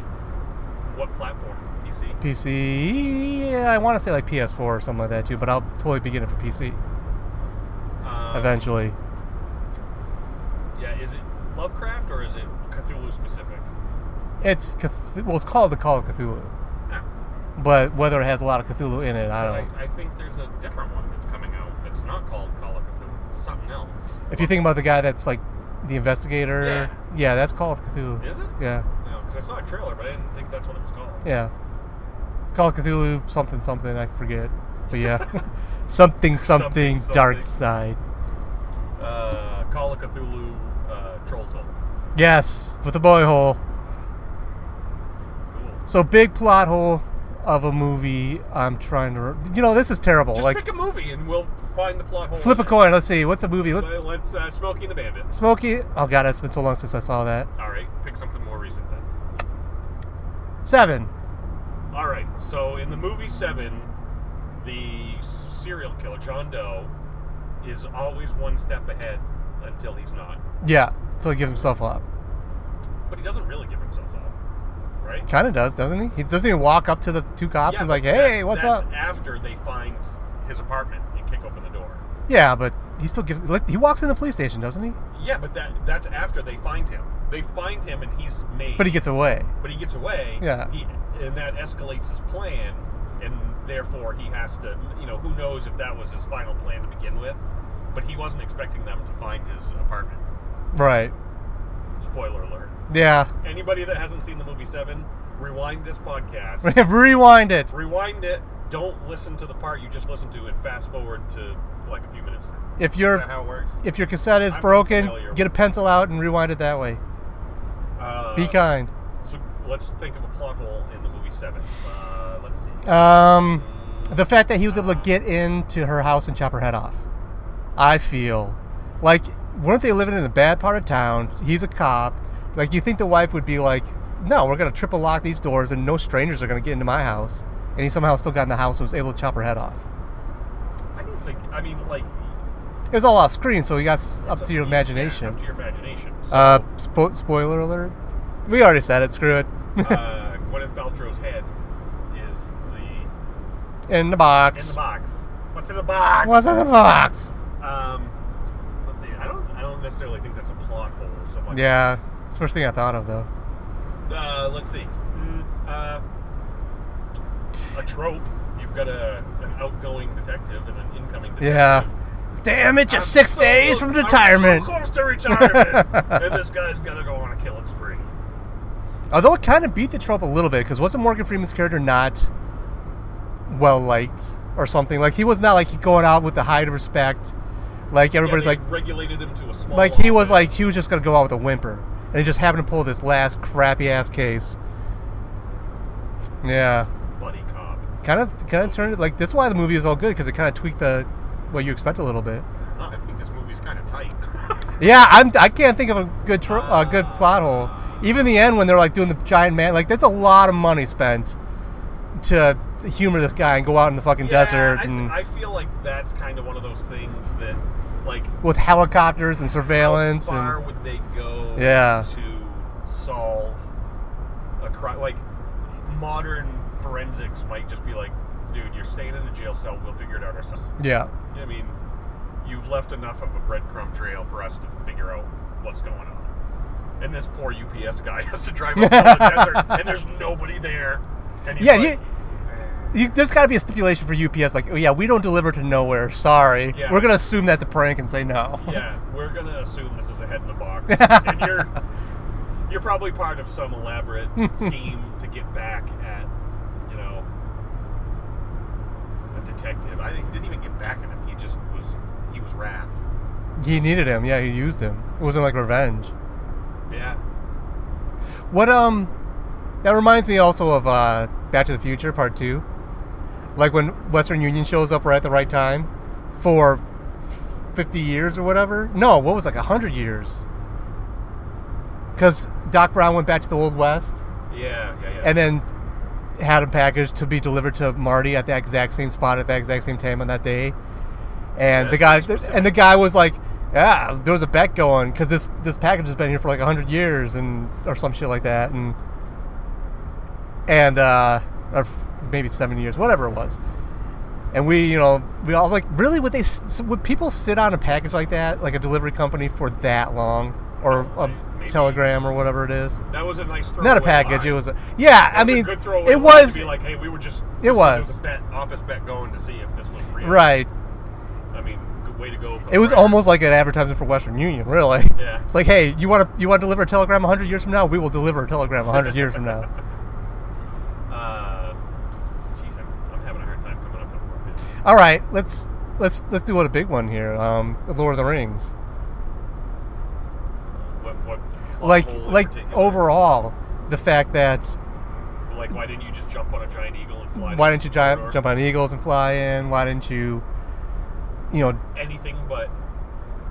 B: what platform? PC.
C: PC. yeah, I want to say like PS4 or something like that too, but I'll totally be getting it for PC
B: Um,
C: eventually.
B: Yeah, is it Lovecraft or is it Cthulhu specific?
C: It's Cth- well, it's called the Call of Cthulhu,
B: No,
C: but whether it has a lot of Cthulhu in it, I
B: 'cause
C: don't. know.
B: Ah, I, I think there's a different one that's coming out that's not called Call of Cthulhu. It's something else.
C: If you think about the guy that's like the investigator, yeah, that's Call of Cthulhu.
B: Is it?
C: Yeah,
B: No, because I saw a trailer, but I didn't think that's what it was called.
C: yeah. It's Call of Cthulhu something something. I forget, but yeah, something, something
B: Something,
C: dark
B: something.
C: side.
B: Uh, Call of Cthulhu uh, Troll Total.
C: Yes, with the boy hole.
B: Cool.
C: So big plot hole of a movie. I'm trying to. re- You know, this is terrible.
B: Just
C: like
B: pick a movie and we'll find the plot hole.
C: flip a
B: in it.
C: coin. Let's see. What's a movie? Let,
B: Let- Let's uh, Smokey and the Bandit.
C: Smokey. Oh god, it's been so long since I saw that.
B: All right, pick something more recent then.
C: Seven.
B: All right. So in the movie Seven, the s- serial killer John Doe is always one step ahead until he's not.
C: Yeah. Till he gives himself up.
B: But he doesn't really give himself up, right?
C: Kind of does, doesn't he? He doesn't even walk up to the two cops and
B: but
C: like,
B: that's-
C: "Hey, what's
B: that's
C: up?"
B: After they find his apartment and kick open the door.
C: Yeah, but he still gives. Like, he walks in the police station, doesn't he?
B: Yeah, but that that's after they find him. They find him and he's made.
C: But he gets away.
B: but he gets away.
C: Yeah.
B: He, and that escalates his plan, and therefore he has to. You know, who knows if that was his final plan to begin with? But he wasn't expecting them to find his apartment.
C: Right.
B: Spoiler alert!
C: Yeah.
B: Anybody that hasn't seen the movie Seven, rewind this podcast.
C: Rewind it.
B: rewind it. Don't listen to the part you just listened to, and fast forward to like a few minutes. Is
C: If
B: that
C: your
B: how it works?
C: if your cassette is
B: I'm
C: broken,
B: familiar
C: get a
B: with-
C: pencil out and rewind it that way.
B: Uh,
C: Be kind.
B: So let's think of a plot hole in the movie Seven. Uh, let's see.
C: Um, the fact that he was able to get into her house and chop her head off. I feel like weren't they living in a bad part of town? He's a cop. Like you think the wife would be like, "No, we're gonna triple lock these doors and no strangers are gonna get into my house." And he somehow still got in the house and was able to chop her head off.
B: I don't think. I mean, like
C: It was all off screen, so he got s- up
B: It's
C: to your
B: yeah,
C: imagination.
B: up to your imagination. So,
C: Uh,
B: uh,
C: spo- spoiler alert. We already said it. Screw it.
B: uh, Gwyneth Paltrow's head is the
C: in the box.
B: in the box. But What's in the box?
C: What's in the box?
B: Um, let's see. I don't. I don't necessarily think that's a plot hole so much.
C: Yeah, it's the first thing I thought of though.
B: Uh, let's see. Mm, uh, a trope. You've got a an outgoing detective and an incoming detective.
C: Yeah. Damn it! Just
B: I'm
C: six
B: so
C: days
B: close-
C: from
B: I'm
C: retirement.
B: so close to retirement, and this guy's gonna go on a killing spree.
C: Although it kind of beat the trope a little bit, because wasn't Morgan Freeman's character not well liked or something? Like he was not like going out with the height of respect. Like everybody's
B: yeah, they
C: like,
B: regulated him to a small.
C: like he was
B: outfit.
C: like he was just gonna go out with a whimper, and he just happened to pull this last crappy ass case. Yeah,
B: buddy cop.
C: kind of kind of turned it like this. Is why the movie is all good because it kind of tweaked the what you expect a little bit.
B: I think this movie's kind of tight.
C: Yeah, I'm. I can't think of a good tro- uh, good plot hole. Even the end when they're like doing the giant man, like that's a lot of money spent to humor this guy and go out in the fucking
B: Yeah,
C: desert
B: I, th-
C: and
B: I feel like that's kind of one of those things that, like,
C: with helicopters and surveillance
B: how far
C: and
B: would they go
C: Yeah.
B: to solve a crime? Like, modern forensics might just be like, dude, you're staying in a jail cell. We'll figure it out ourselves.
C: yeah,
B: I mean, you've left enough of a breadcrumb trail for us to figure out what's going on. And this poor UPS guy has to drive up to the desert, and there's nobody there. And he's
C: yeah.
B: like,
C: You, you, there's got to be a stipulation for UPS, like, oh yeah, we don't deliver to nowhere. Sorry,
B: Yeah.
C: we're gonna assume that's a prank and say no.
B: yeah, we're gonna assume this is a head in a box, and you're you're probably part of some elaborate scheme to get back at you know a detective. I think he didn't even get back at him. He just was he was wrath.
C: He needed him. Yeah, he used him. It wasn't like revenge.
B: Yeah,
C: What um that reminds me also of uh Back to the Future part 2. Like when Western Union shows up right at the right time for 50 years or whatever. No, what was it, like 100 years. Cuz Doc Brown went back to the Old West
B: yeah, yeah, yeah.
C: and then had a package to be delivered to Marty at the exact same spot at the exact same time on that day. And
B: Yeah,
C: the
B: that's
C: guy
B: pretty specific.
C: and the guy was like, "Yeah, there was a bet going cuz this this package has been here for like 100 years and or some shit like that and and uh or f- maybe 7 years, whatever it was." And we, you know, we all like really would they s- would people sit on a package like that, like a delivery company for that long or a
B: Maybe.
C: telegram or whatever it is?
B: that was a nice
C: not a
B: throwaway
C: package.
B: line.
C: It was a yeah. I
B: That's a
C: mean,
B: good throwaway
C: it
B: line
C: was
B: to be like, hey, we were just
C: It
B: this
C: was.
B: a bet, office bet going to see if this was real.
C: right.
B: I mean, good way to go. For
C: It was
B: the writer.
C: almost like an advertisement for Western Union. Really,
B: Yeah.
C: it's like, hey, you want to you want to deliver a telegram 100 years from now? We will deliver a telegram 100 years from now.
B: Uh, geez, I'm, I'm having a hard time coming up with words.
C: All right, let's let's let's do what a big one here. Um, Lord of the Rings.
B: What, what plot
C: Like
B: hole in
C: like
B: particular?
C: overall, the fact that
B: Like, why didn't you just jump on a giant eagle and fly?
C: why
B: to
C: didn't you jump
B: Mordor?
C: jump on eagles and fly in? Why didn't you, you know,
B: Anything but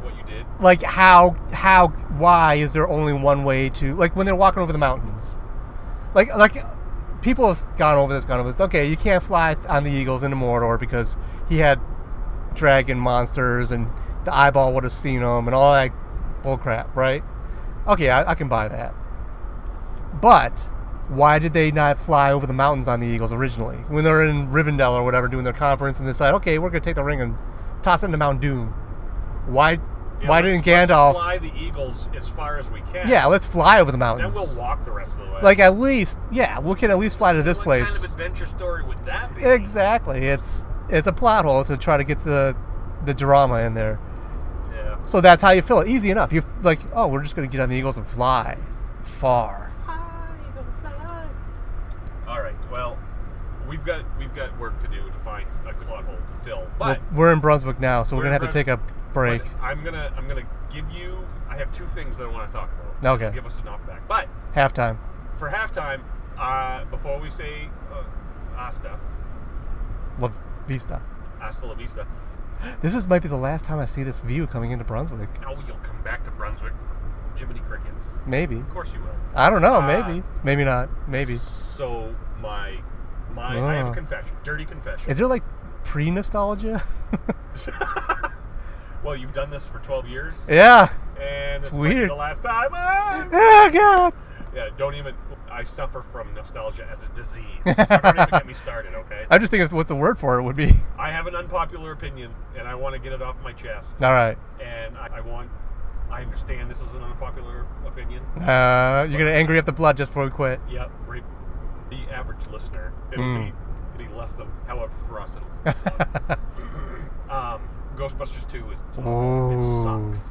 B: what you did.
C: like how how why is there only one way to like when they're walking over the mountains like like people have gone over this gone over this okay you can't fly th- on the eagles into mordor because he had dragon monsters and the eyeball would have seen him and all that bullcrap right okay I, I can buy that but why did they not fly over the mountains on the eagles originally when they're in rivendell or whatever doing their conference and decide okay we're going to take the ring and toss it into mount doom why
B: Yeah,
C: why
B: let's-
C: didn't
B: let's
C: gandalf
B: fly the eagles as far as we can?
C: yeah, let's fly over the
B: Then
C: mountains.
B: we'll walk the rest of the way.
C: Like at least, yeah, we can at least fly to this
B: what
C: place.
B: kind of adventure story would that be?
C: exactly. It's it's a plot hole to try to get the the drama in there.
B: Yeah.
C: So that's how you fill it. Easy enough. You like, oh, we're just gonna get on the eagles and fly far.
B: All right. Well, we've got we've got work to do to find a plot hole to fill. But
C: We're, we're in Brunswick now, so we're,
B: We're
C: gonna
B: in
C: have to
B: Brun-
C: take a break.
B: but I'm gonna I'm gonna give you. I have two things that I want to talk about.
C: Okay.
B: Give us a knockback. But
C: Halftime.
B: for halftime, uh, before we say uh, hasta
C: La vista.
B: hasta la vista,
C: This is might be the last time I see this view coming into Brunswick.
B: now you'll come back to Brunswick, for Jiminy Crickets.
C: Maybe.
B: Of course you will.
C: I don't know.
B: Ah.
C: Maybe. Maybe not. Maybe.
B: So my my I have
C: Ah.
B: a confession, dirty confession.
C: Is there like pre nostalgia?
B: well, you've done this for 12 years,
C: yeah.
B: and
C: it's
B: this might be
C: weird.
B: The last time. Ah!
C: Oh God.
B: Yeah, don't even. I I suffer from nostalgia as a disease. So don't even get me started, okay?
C: I'm just thinking of what the word for it would be.
B: I have an unpopular opinion, and I want to get it off my chest.
C: All right.
B: And I, I want. I understand this is an unpopular opinion.
C: Uh, you're gonna angry up the blood just before we quit.
B: Yep, right. The average listener, it'll
C: Mm.
B: be it'll be less than. However, for us, it'll. um, Ghostbusters Two is it's awful.
C: Ooh.
B: It sucks.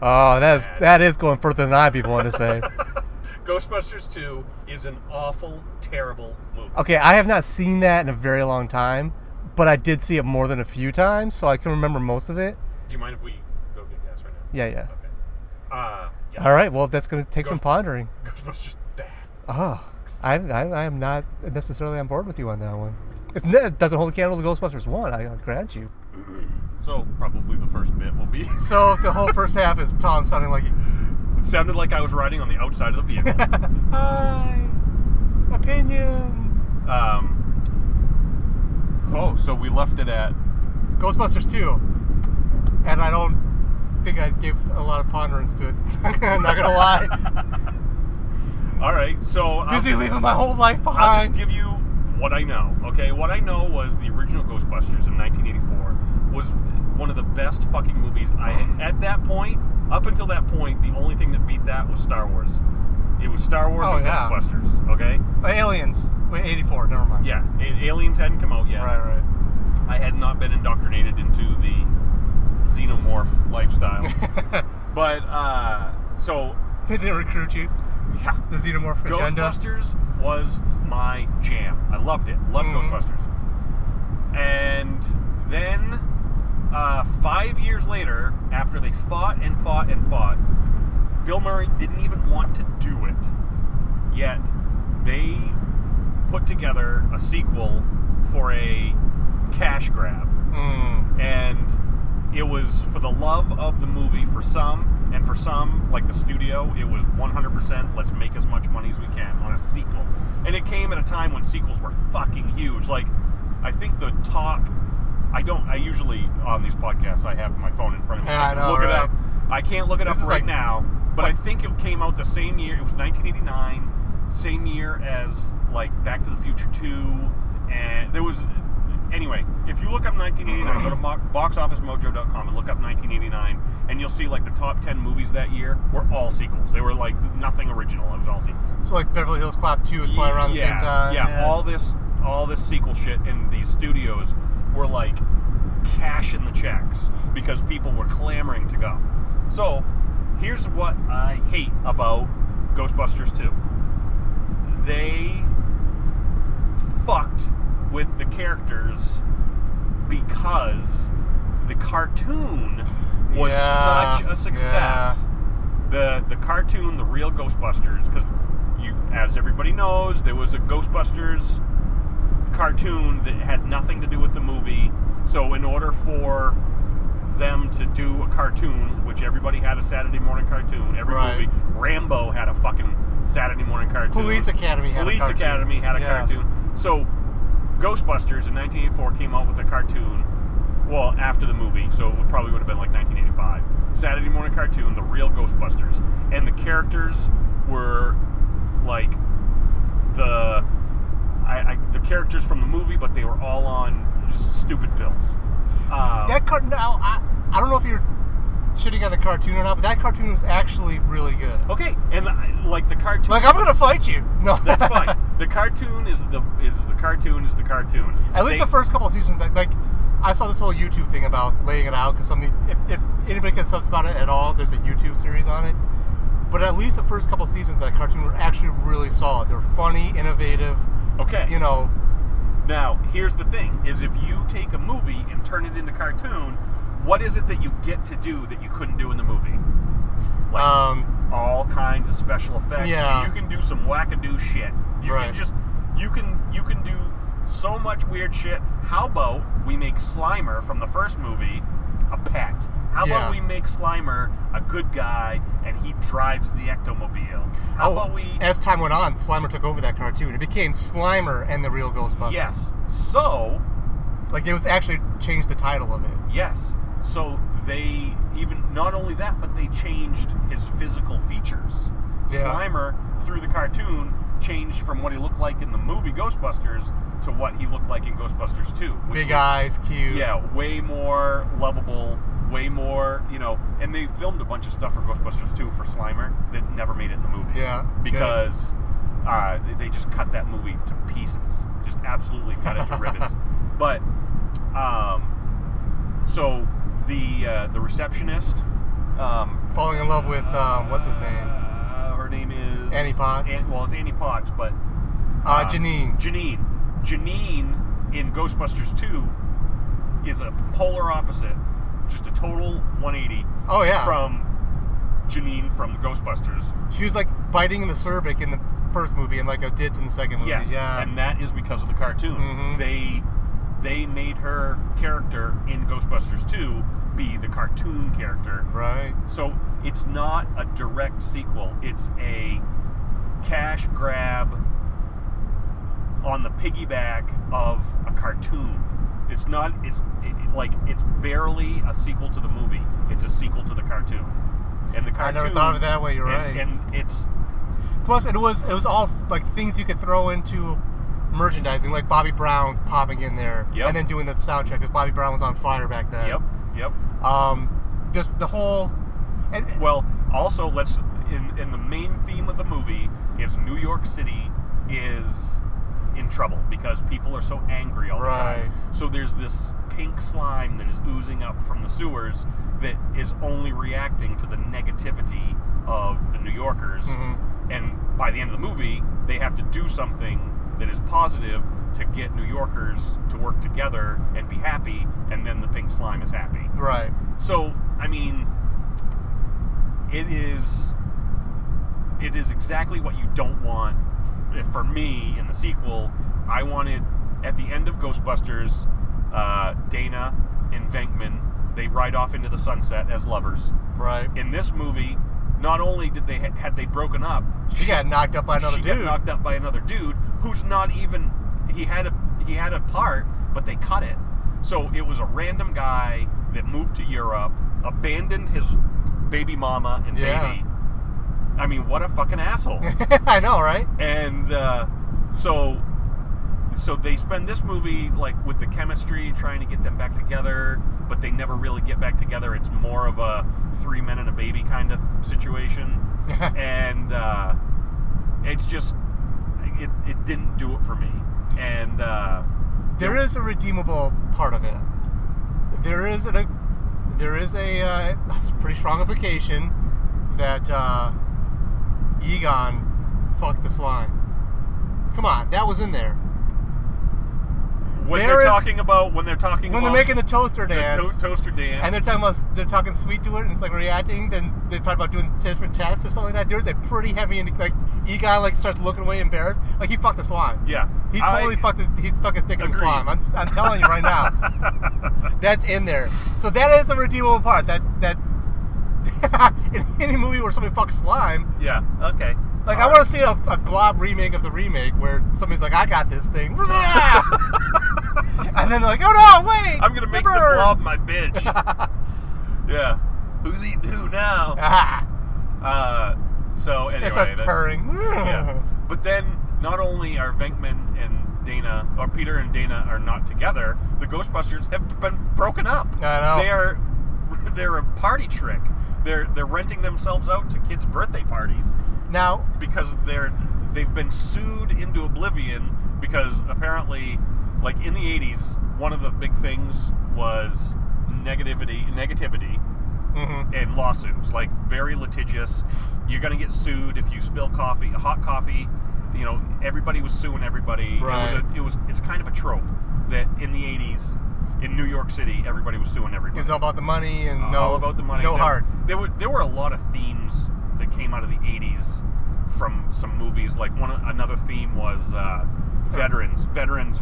C: Oh, that's that is going further than I'd be willing to say.
B: Ghostbusters Two is an awful, terrible movie.
C: Okay, I have not seen that in a very long time, but I did see it more than a few times, so I can remember most of it.
B: Do you mind if we go get gas right now?
C: Yeah, yeah.
B: Okay. Uh, yeah.
C: All right. Well, that's gonna take some
B: Ghost-
C: pondering.
B: Ghostbusters bad.
C: Oh, I, I, I am not necessarily on board with you on that one. It's, n- it doesn't hold a candle to Ghostbusters 1, I grant you.
B: So probably the first bit will be.
C: So the whole first half is Tom sounding like,
B: It sounded like I was riding on the outside of the vehicle.
C: Hi, opinions.
B: um, oh, so we left it at
C: Ghostbusters 2. And I don't think I gave a lot of ponderance to it. I'm not going to lie.
B: All right, so I'll-
C: Busy leaving my whole life
B: I'll just
C: behind.
B: give you what I know. Okay, what I know was the original Ghostbusters in 1984 was one of the best fucking movies I at that point. Up until that point, the only thing that beat that was Star Wars. It was Star Wars
C: Oh,
B: and
C: yeah.
B: Ghostbusters. Okay,
C: Uh, aliens. Wait, 84. Never mind.
B: yeah, A- Aliens hadn't come out yet.
C: Right, right.
B: I had not been indoctrinated into the xenomorph lifestyle. but uh, so
C: they didn't recruit you.
B: yeah,
C: The Xenomorph agenda.
B: Ghostbusters was my jam. I loved it. Loved
C: Mhm.
B: Ghostbusters. And then uh, five years later, after they fought and fought and fought, Bill Murray didn't even want to do it. Yet they put together a sequel for a cash grab
C: Mm.
B: and it was for the love of the movie for some and for some like the studio it was 100% let's make as much money as we can on a sequel and it came at a time when sequels were fucking huge like i think the top i don't i usually on these podcasts i have my phone in front of me
C: Yeah, I
B: can
C: know,
B: look it
C: right?
B: up i can't look it
C: This
B: up
C: is
B: right
C: like-
B: now but i think it came out the same year it was 1989 same year as like back to the future 2 and there was anyway, if you look up 1989, go to mo- boxofficemojo.com and look up 1989, and you'll see like the top 10 movies that year were all sequels. They were like nothing original. It was all sequels.
C: So, like Beverly Hills Cop 2 is probably around the
B: yeah,
C: same time.
B: Yeah, all this, all this sequel shit in these studios were like cashing the checks because people were clamoring to go. So, here's what I hate about Ghostbusters 2. They fucked with the characters because the cartoon was
C: Yeah,
B: such a success.
C: yeah.
B: The the cartoon, the real Ghostbusters, because you, as everybody knows, there was a Ghostbusters cartoon that had nothing to do with the movie. So in order for them to do a cartoon, which everybody had a Saturday morning cartoon, every
C: Right.
B: movie. Rambo had a fucking Saturday morning cartoon.
C: Police Academy had a
B: Police
C: cartoon.
B: Academy had a
C: Yes.
B: cartoon. So Ghostbusters in 1984 came out with a cartoon. Well, after the movie, so it would- probably would have been like 1985. Saturday morning cartoon, the real Ghostbusters, and the characters were like the I, I, the characters from the movie, but they were all on just stupid pills. Um,
C: That cartoon, now, I, I don't know if you're shitting on the cartoon or not, but that cartoon was actually really good.
B: okay, and I- like the cartoon.
C: Like, I'm going to fight you. No.
B: That's fine. The cartoon is the is the cartoon is the cartoon.
C: At least
B: They-
C: the first couple of seasons, like, like I saw this whole YouTube thing about laying it out because somebody, if, if anybody can subs about it at all, there's a YouTube series on it. But at least the first couple of seasons of that cartoon were actually really solid. They were funny, innovative.
B: Okay.
C: You know,
B: Now, here's the thing: is if you take a movie and turn it into cartoon, what is it that you get to do that you couldn't do in the movie? Like
C: um,
B: all kinds of special effects.
C: Yeah.
B: You can do some wackadoo shit. You
C: Right.
B: can just you can you can do so much weird shit. How about we make Slimer from the first movie a pet? How
C: Yeah.
B: about we make Slimer a good guy and he drives the ectomobile? How
C: Oh,
B: about we
C: as time went on, Slimer took over that cartoon. It became Slimer and the Real Ghostbusters.
B: Yes. So
C: Like it was actually changed the title of it.
B: Yes. So they even not only that, but they changed his physical features.
C: Yeah.
B: Slimer through the cartoon changed from what he looked like in the movie Ghostbusters to what he looked like in Ghostbusters 2. which
C: Big
B: was-
C: eyes, cute.
B: Yeah, way more lovable, way more, you know. And they filmed a bunch of stuff for Ghostbusters 2 for Slimer that never made it in the movie.
C: Yeah,
B: Because uh, they- they just cut that movie to pieces, just absolutely cut it to ribbons. But, um, so the uh, the receptionist, um,
C: Falling in love with um, what's his name?
B: Uh, her name is
C: Annie Potts.
B: An- well, it's Annie Potts, but
C: Uh,
B: uh,
C: Janine.
B: Janine. Janine in Ghostbusters 2 is a polar opposite, just a total 180
C: Oh yeah.
B: from Janine from the Ghostbusters.
C: she was like biting him acerbic in the first movie, and like a ditz in the second movie.
B: Yes,
C: Yeah.
B: and that is because of the cartoon.
C: Mhm.
B: They they made her character in Ghostbusters 2 be the cartoon character.
C: right.
B: So it's not a direct sequel. It's a cash grab on the piggyback of a cartoon. It's not. It's it, it- like it's barely a sequel to the movie. It's a sequel to the cartoon. And the
C: I
B: cartoon.
C: never thought of it that way. You're
B: and-
C: right.
B: And it's
C: Plus, it was it was all like things you could throw into merchandising, like Bobby Brown popping in there,
B: Yep.
C: and then doing the soundtrack because Bobby Brown was on fire back then.
B: yep, yep.
C: Um, just the whole, and
B: Well, also let's in in the main theme of the movie is New York City is in trouble because people are so angry all the
C: Right.
B: time. So there's this pink slime that is oozing up from the sewers that is only reacting to the negativity of the New Yorkers.
C: Mhm.
B: And by the end of the movie, they have to do something that is positive to get New Yorkers to work together and be happy, and then the pink slime is happy.
C: right,
B: So, I mean, it is it is exactly what you don't want F- for me in the sequel. I wanted at the end of Ghostbusters, uh, Dana and Venkman they ride off into the sunset as lovers.
C: right.
B: In this movie, not only did they had they broken up,
C: She got knocked up by another
B: she
C: dude.
B: got knocked up by another dude who's not even he had a he had a part, but they cut it. So it was a random guy that moved to Europe, abandoned his baby mama and
C: Yeah.
B: baby. I mean, what a fucking asshole.
C: I know, right?
B: and uh, so so they spend this movie like with the chemistry trying to get them back together, but they never really get back together. It's more of a three men and a baby kind of situation and uh, it's just it, it didn't do it for me and uh,
C: there is a redeemable part of it. There is a there is a uh, pretty strong implication that uh, Egon fucked the slime. Come on, that was in there
B: when
C: There
B: they're
C: is-
B: talking about when they're talking
C: when they're
B: about
C: making the toaster
B: the
C: dance.
B: to- toaster dance
C: and they're talking about they're talking sweet to it, and it's like reacting. Then they talk about doing different tests or something like that. There's a pretty heavy indi- like Egon like starts looking away embarrassed, like he fucked the slime.
B: yeah
C: He totally
B: I-
C: fucked. His, he stuck his dick in the
B: Agreed.
C: slime. I'm, I'm telling you right now, that's in there. So that is a redeemable part. That that in any movie where somebody fucks slime,
B: yeah okay
C: like I want to see a, a glob remake of the remake where somebody's like, "I got this thing," and then they're like, "Oh no, wait!"
B: I'm gonna
C: it
B: make the
C: burns."
B: blob my bitch yeah who's eating who now
C: Ah,
B: uh, so anyway
C: it starts
B: that-
C: purring.
B: yeah. But then not only are Venkman and Dana, or Peter and Dana, are not together. The Ghostbusters have been broken up.
C: I know.
B: They are they're a party trick. They're they're renting themselves out to kids' birthday parties
C: Now,
B: because they're they've been sued into oblivion because apparently, like in the '80s, one of the big things was negativity negativity
C: mhm.
B: and lawsuits, like very litigious. You're going to get sued if you spill coffee, hot coffee. You know, everybody was suing everybody. It was,
C: Right.
B: a, it was. It's kind of a trope that in the '80s in New York City, everybody was suing
C: it
B: everybody.
C: was all about the money and
B: Uh,
C: no,
B: all about the money.
C: no
B: there,
C: heart.
B: There were there were a lot of themes that came out of the '80s from some movies. Like one another theme was uh, veterans. Veterans,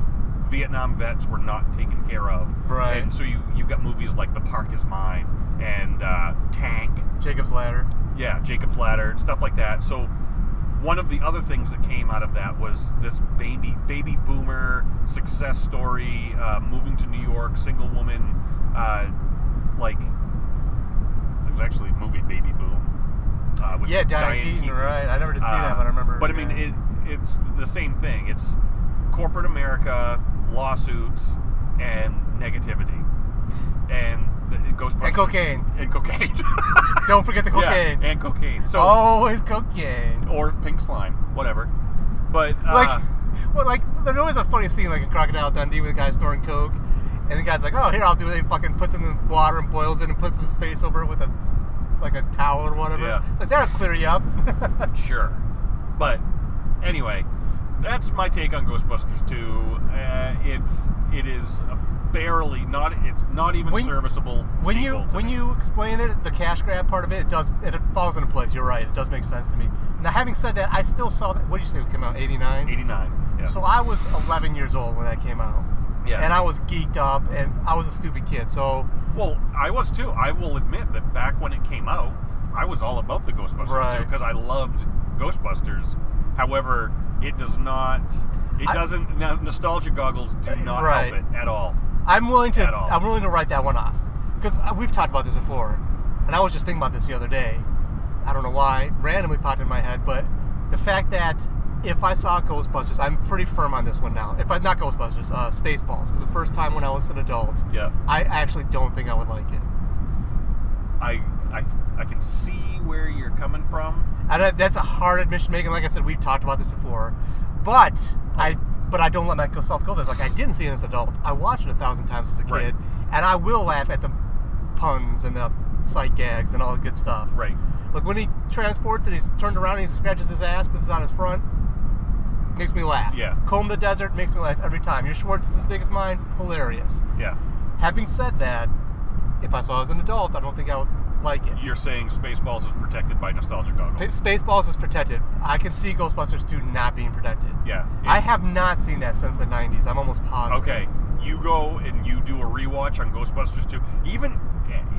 B: Vietnam vets were not taken care of.
C: Right.
B: And so you you got movies like The Park Is Mine and uh, Tank
C: Jacob's ladder.
B: yeah, Jacob's Ladder, stuff like that. So one of the other things that came out of that was this baby baby boomer success story, uh, moving to New York, single woman, uh, like it was actually a movie Baby Boom. Uh, with
C: Yeah, Diane,
B: Diane
C: Keaton, Right. I never did see
B: Uh,
C: that, but I remember.
B: But I
C: yeah.
B: mean, it it's the same thing. It's corporate America, lawsuits, and negativity, and the, it goes
C: And cocaine.
B: and cocaine.
C: Don't forget the
B: yeah,
C: cocaine. Oh,
B: and cocaine. So
C: Always cocaine.
B: or pink slime, whatever. But uh,
C: like, well, like there's always a funny scene like in Crocodile Dundee with the guy storing coke, and the guy's like, "Oh, here I'll do it." He fucking puts it in the water and boils it and puts his face over it with a like a towel or whatever.
B: Yeah.
C: It's like that'll clear you up.
B: Sure. But anyway, that's my take on Ghostbusters 2. Uh, it's it is a barely not it's not even
C: When-
B: serviceable
C: when you
B: sequel to
C: when
B: me.
C: you explain it, the cash grab part of it, it does it falls into place. You're right. It does make sense to me. Now, having said that, I still saw that. What did you say? It came out '89.
B: 89. Yeah.
C: So I was 11 years old when that came out.
B: Yeah.
C: And I was geeked up, and I was a stupid kid. So
B: well, I was too. I will admit that back when it came out, I was all about the Ghostbusters
C: Right.
B: because I loved Ghostbusters. However, it does not it
C: I-
B: doesn't no- nostalgia goggles do not
C: Right.
B: help it at all.
C: I'm willing to
B: At all.
C: I'm willing to write that one off because we've talked about this before, and I was just thinking about this the other day. I don't know why, randomly popped in my head, but the fact that if I saw Ghostbusters, I'm pretty firm on this one now. If I not Ghostbusters, uh, Spaceballs for the first time when I was an adult,
B: Yeah.
C: I actually don't think I would like it.
B: I I I can see where you're coming from.
C: And that- that's a hard admission to make. And like I said, we've talked about this before, but I but I don't let myself go. There's like I didn't see it as an adult. I watched it a thousand times as a kid,
B: Right.
C: and I will laugh at the puns and the sight gags and all the good stuff.
B: Right.
C: Like when he transports and he's turned around and he scratches his ass because it's on his front. Makes me laugh.
B: Yeah.
C: Comb the desert makes me laugh every time. Your Schwartz is as big as mine. Hilarious.
B: Yeah.
C: Having said that, if I saw it as an adult, I don't think I would like it.
B: You're saying Spaceballs is protected by nostalgia
C: Pa-
B: goggles.
C: Spaceballs is protected. I can see Ghostbusters 2 not being protected.
B: Yeah.
C: I have not seen that since the 90s. I'm almost positive.
B: Okay. You go and you do a rewatch on Ghostbusters 2. Even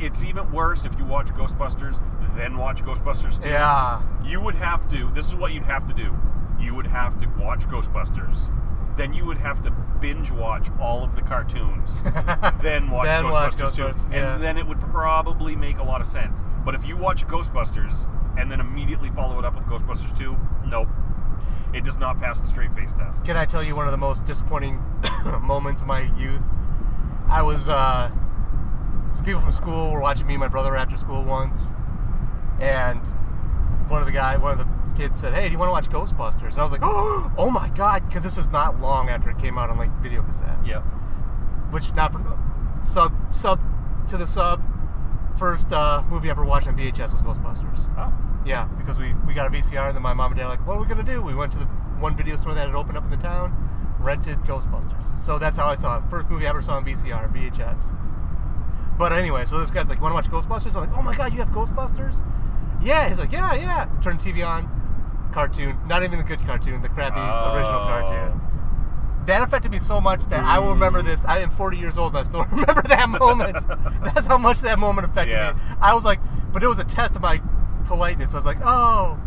B: it's even worse if you watch Ghostbusters then watch Ghostbusters 2.
C: Yeah.
B: You would have to. This is what you'd have to do. You would have to watch Ghostbusters. Then you would have to binge watch all of the cartoons. then watch
C: Then
B: Ghostbusters,
C: watch
B: 2,
C: Ghostbusters, yeah.
B: and then it would probably make a lot of sense. But if you watch Ghostbusters and then immediately follow it up with Ghostbusters 2, nope. It does not pass the straight face test.
C: Can I tell you one of the most disappointing moments of my youth? I was, uh, some people from school were watching me and my brother after school once, and one of the guy, one of the kids said, "Hey, do you want to watch Ghostbusters?" And I was like, "Oh my god!" Because this was not long after it came out on like video cassette.
B: Yeah.
C: which not from sub sub to the sub first uh, movie I ever watched on VHS was Ghostbusters.
B: Oh.
C: Yeah, because we we got a VCR and then my mom and dad were like, what are we gonna do? We went to the one video store that had opened up in the town, rented Ghostbusters. So that's how I saw it. First movie I ever saw on VCR, VHS. But anyway, so this guy's like, wanna watch Ghostbusters? I'm like, oh my god, you have Ghostbusters? Yeah, he's like, yeah, yeah. Turn the TV on. Cartoon, not even the good cartoon, the crappy original
B: Oh.
C: cartoon that affected me so much that I will remember this. I am 40 years old and I still remember that moment. That's how much that moment affected
B: Yeah.
C: me. I was like, but it was a test of my politeness. I was like, oh,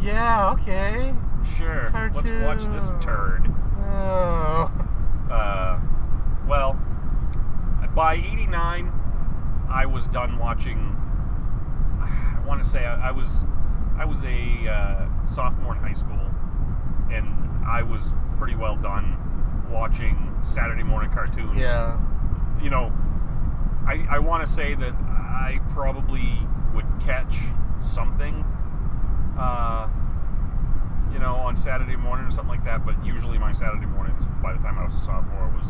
C: yeah, okay.
B: Sure. Let's watch this
C: Cartoon.
B: turd.
C: Oh.
B: Uh, well, by 89, I was done watching. I want to say I, I was I was a uh, sophomore in high school, and I was pretty well done watching Saturday morning cartoons.
C: Yeah.
B: You know, I, I want to say that I probably would catch something, uh, you know, on Saturday morning or something like that. But usually my Saturday mornings, by the time I was a sophomore, was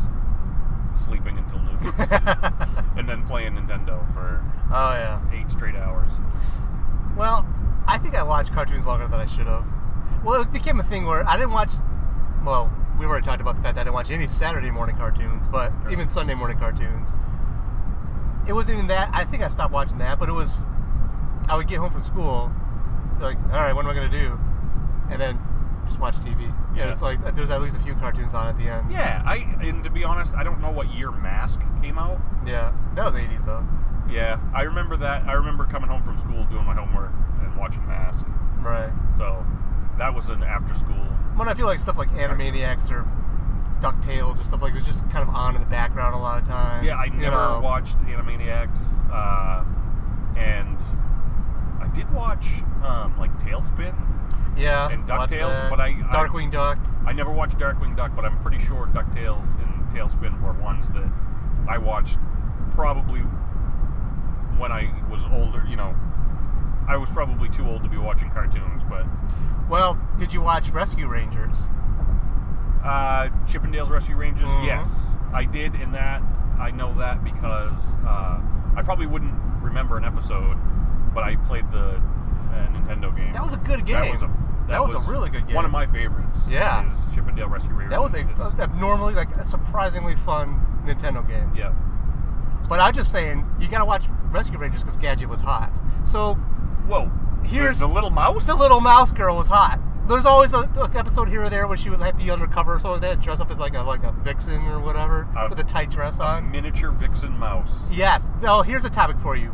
B: sleeping until noon
C: oh,
B: and then playing Nintendo for
C: yeah.
B: eight straight hours.
C: Well, I think I watched cartoons longer than I should have. Well, it became a thing where I didn't watch. Well, we already talked about the fact that I didn't watch any Saturday morning cartoons, but
B: Sure.
C: even Sunday morning cartoons. It wasn't even that. I think I stopped watching that, but it was. I would get home from school, be like, all right, what am I gonna do? And then just watch TV. Yeah.
B: Yeah.
C: And it's like there's at least a few cartoons on at the end.
B: Yeah, I and to be honest, I don't know what year Mask came out.
C: Yeah. That was '80s though.
B: Yeah, I remember that. I remember coming home from school doing my homework and watching Mask.
C: Right.
B: So that was an after school.
C: When I feel like stuff like Animaniacs or DuckTales or stuff like it was just kind of on in the background a lot of times.
B: Yeah, I
C: you
B: never
C: know?
B: watched Animaniacs, uh, and I did watch um, like Tailspin.
C: Yeah.
B: And
C: watch
B: DuckTales,
C: that.
B: but I- I-
C: Darkwing Duck.
B: I never watched Darkwing Duck, but I'm pretty sure DuckTales and Tailspin were ones that I watched probably when I was older. You know, I was probably too old to be watching cartoons, but
C: Well, did you watch Rescue Rangers?
B: uh, Chippendales Rescue Rangers,
C: Mhm.
B: yes. I did, and that I know that because uh, I probably wouldn't remember an episode, but I played the uh, Nintendo game.
C: That was a good game.
B: That was a that,
C: That was a really good game.
B: One of my favorites.
C: Yeah.
B: is Chippendale Rescue Rangers.
C: That was a
B: It's-
C: abnormally, like, a surprisingly fun Nintendo game.
B: yeah.
C: But I'm just saying, you gotta watch Rescue Rangers because Gadget was hot. So
B: Whoa.
C: Here's-
B: the, the little mouse.
C: the little mouse girl was hot. There's always a, a episode here or there where she would like be undercover or something like that, dress up as like a like a vixen or whatever
B: Uh,
C: with a tight dress
B: a
C: on.
B: miniature vixen mouse.
C: Yes. No, here's a topic for you: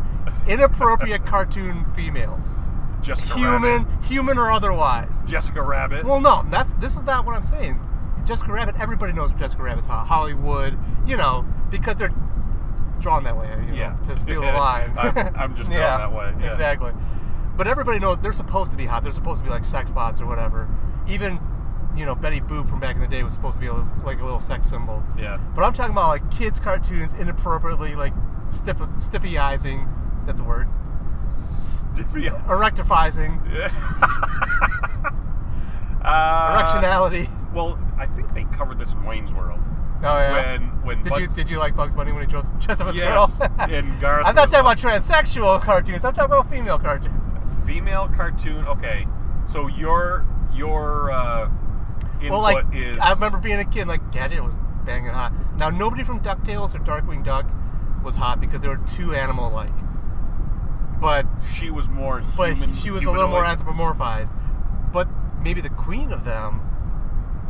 C: inappropriate cartoon females,
B: Jessica
C: human,
B: Rabbit.
C: human or otherwise.
B: Jessica Rabbit.
C: Well, no, that's this is not what I'm saying. Jessica Rabbit. Everybody knows Jessica Rabbit's hot. Hollywood, you know, because they're drawn that way. You
B: Yeah.
C: know, to steal the line.
B: I'm- I'm just drawn
C: Yeah,
B: that way, yeah.
C: Exactly. But everybody knows they're supposed to be hot. They're supposed to be like sex bots or whatever. Even, you know, Betty Boop from back in the day was supposed to be a, like a little sex symbol.
B: yeah.
C: But I'm talking about like kids' cartoons inappropriately like stiff stiffyizing. That's a word.
B: Stiffy.
C: Erectifying.
B: uh,
C: Erectionality.
B: Well, I think they covered this in Wayne's World
C: Oh yeah.
B: when when
C: Did
B: Bugs,
C: you did you like Bugs Bunny when he dressed, dressed up as
B: Yes,
C: a girl?
B: and Garth
C: I'm not
B: was
C: talking about
B: like-
C: transsexual cartoons. I'm talking about female cartoons.
B: female cartoon. Okay, so your your uh, input
C: well, like
B: is
C: I remember being a kid, like Gadget was banging hot. Now nobody from Ducktales or Darkwing Duck was hot because they were too animal-like. But
B: she was more
C: but
B: human.
C: she was a little more
B: humanoid.
C: anthropomorphized. But maybe the queen of them,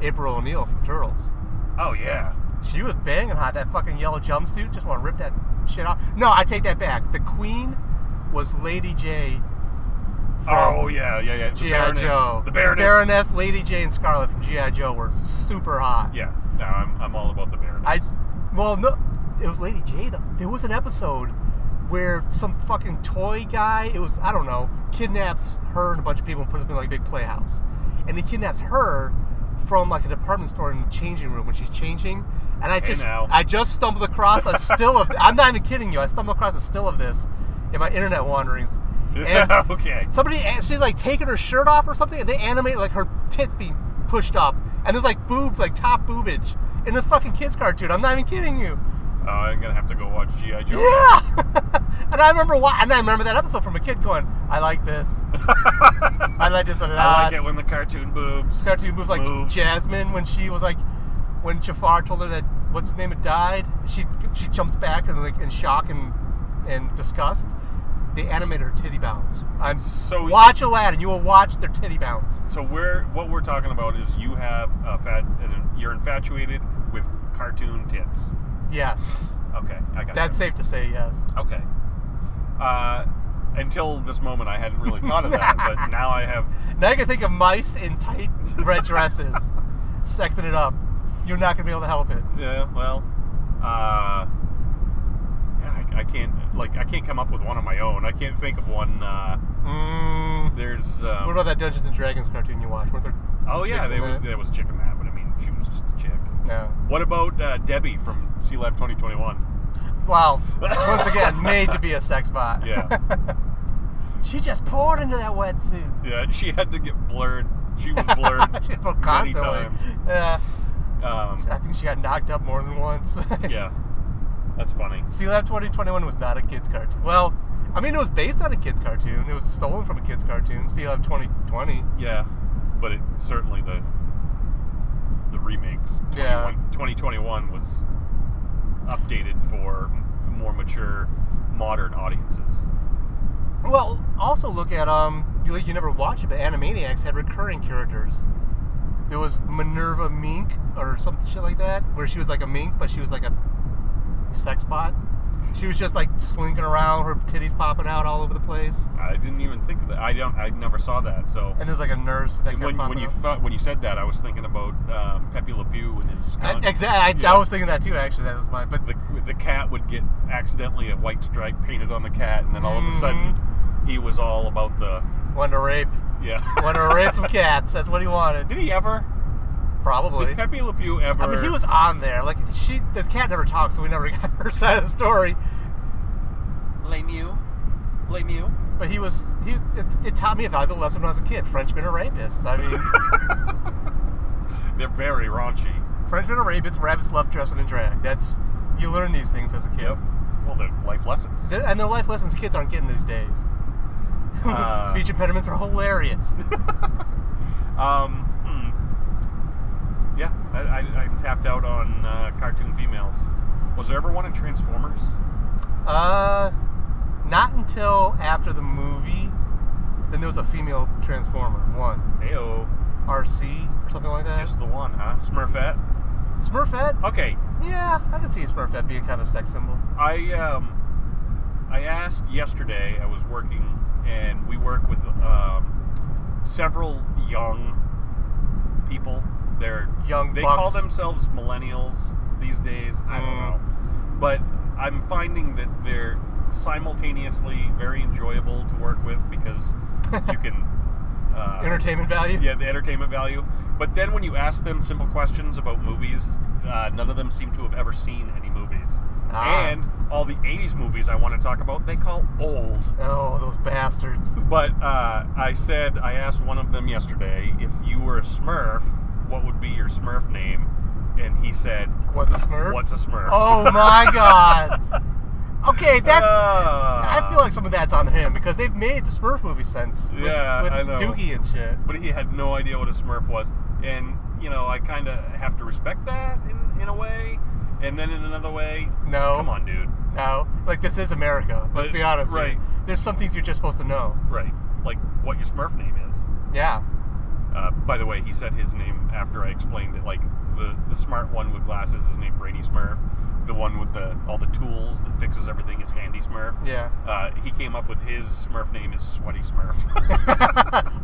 C: April O'Neil from Turtles.
B: Oh yeah.
C: She was banging hot. That fucking yellow jumpsuit. Just want to rip that shit off. No, I take that back. The queen was Lady J. from
B: Oh yeah, yeah, yeah. The
C: G.I.
B: Baroness.
C: Joe.
B: The Baroness.
C: Lady J, and Scarlet from G.I. Joe were super hot.
B: Yeah. No, I'm, I'm all about the Baroness.
C: I, well, no, it was Lady J. Though. There was an episode where some fucking toy guy, it was, I don't know, kidnaps her and a bunch of people and puts them in like a big playhouse. And he kidnaps her from like a department store in the changing room when she's changing. And I just,
B: now.
C: I just stumbled across a still of, I'm not even kidding you, I stumbled across a still of this in my internet wanderings. And
B: okay.
C: somebody she's like taking her shirt off or something and they animate like her tits being pushed up and there's like boobs like top boobage in the fucking kids cartoon i'm not even kidding you
B: Oh, I'm gonna have to go watch GI Joe.
C: yeah and i remember why and i remember that episode from a kid going i like this i like this a lot
B: I like it when the cartoon boobs.
C: Uh, cartoon moves like
B: move.
C: jasmine when she was like when jafar told her that what's his name had died she she jumps back and like in shock and and disgust they animate her titty bounce i'm
B: So-
C: watch aladdin you will watch their titty bounce
B: So we're what we're talking about is you have a fat, an, you're infatuated with cartoon tits.
C: Yes.
B: Okay, I got
C: That's
B: it.
C: safe to say yes.
B: Okay. Uh, until this moment, I hadn't really thought of that, but now I have.
C: Now I can think of mice in tight red dresses, sexing it up. You're not gonna be able to help it.
B: Yeah. Well. Uh, yeah, I, I can't like I can't come up with one of my own. I can't think of one. Uh,
C: Mm.
B: there's. Um,
C: What about that Dungeons and Dragons cartoon you watched? Weren't there? some
B: Oh yeah,
C: chicks in
B: there was,
C: that?
B: there was a chick in that, but I mean, she was just a chick.
C: No.
B: What about uh, Debbie from C Lab 2021?
C: Wow. Once again, made to be a sex bot.
B: Yeah.
C: she just poured into that wetsuit.
B: Yeah, she had to get blurred. She was blurred
C: she poured
B: many
C: constantly.
B: times.
C: Yeah.
B: Um,
C: I think she got knocked up more than once.
B: yeah, that's funny.
C: Sea Lab 2021 was not a kids cartoon. Well, I mean, it was based on a kids cartoon. It was stolen from a kids cartoon. Sea Lab 2020.
B: Yeah, but it certainly the the remakes. 21,
C: Yeah.
B: 2021 was updated for more mature, modern audiences.
C: Well, also look at um, you like you never watched it, but Animaniacs had recurring characters. There was Minerva Mink or some shit like that, where she was like a mink, but she was like a sex bot. She was just like slinking around, her titties popping out all over the place,
B: I didn't even think of that. I don't. I never saw that. So
C: and there's like a nurse that kept
B: when,
C: popping
B: when you
C: up.
B: thought when you said that, I was thinking about um, Pepe Le Pew and his
C: I,
B: skunk.
C: exactly, I,
B: Yeah.
C: I was thinking that too. Actually, that was mine. But
B: the, the cat would get accidentally a
C: Mm-hmm.
B: white stripe painted on the cat, and then all of a sudden he was all about the
C: one to rape.
B: Yeah.
C: Wanted to raise some cats. That's what he wanted.
B: Did he ever?
C: Probably.
B: Did Pepe Le Pew ever?
C: I mean, he was on there. Like she, the cat never talked, so we never got her side of the story.
B: Les Mew. Les Mew.
C: But he was. He it, it taught me a valuable lesson when I was a kid. Frenchmen are rapists. I mean,
B: They're very raunchy.
C: Frenchmen are rapists. Rabbits love dressing in drag. That's you learn these things as a kid,
B: Well, they're life lessons.
C: They're- and the life lessons kids aren't getting these days.
B: Uh,
C: Speech impediments are hilarious.
B: Um, hmm. Yeah, I, I, I'm tapped out on uh, cartoon females. Was there ever one in Transformers?
C: Uh, not until after the movie. Then there was a female Transformer, one
B: Heyo,
C: RC or something like that.
B: just the one, huh? Smurfette.
C: Smurfette?
B: Okay,
C: Yeah, I can see a Smurfette being kind of a sex symbol.
B: I um, I asked yesterday. I was working, and we work with um, several young people. They're
C: Young
B: They call
C: bucks.
B: themselves millennials these days. I don't
C: Mm.
B: know, but I'm finding that they're simultaneously very enjoyable to work with because you can. Uh,
C: Entertainment value?
B: yeah, the entertainment value. But then when you ask them simple questions about movies, uh, none of them seem to have ever seen any movies.
C: Ah.
B: And all the 80s movies I want to talk about, they call old.
C: Oh, those bastards.
B: But uh, I said, I asked one of them yesterday, if you were a Smurf, what would be your Smurf name? And he said,
C: Was a Smurf?
B: What's a Smurf?
C: Oh my god. Okay, that's.
B: Uh,
C: I feel like some of that's on him because they've made the Smurf movie since. With,
B: Yeah,
C: with
B: I know.
C: Doogie and shit.
B: But he had no idea what a Smurf was. And, you know, I kind of have to respect that in, in a way. And then in another way,
C: No.
B: come on, dude.
C: No, like this is America. Let's
B: But-
C: be honest. here.
B: right.
C: There's some things you're just supposed to know.
B: Right. Like what your Smurf name is.
C: Yeah.
B: Uh, by the way, he said his name after I explained it. Like the, the smart one with glasses is named Brady Smurf. The one with the all the tools that fixes everything is Handy Smurf.
C: Yeah.
B: Uh, he came up with his Smurf name is Sweaty Smurf.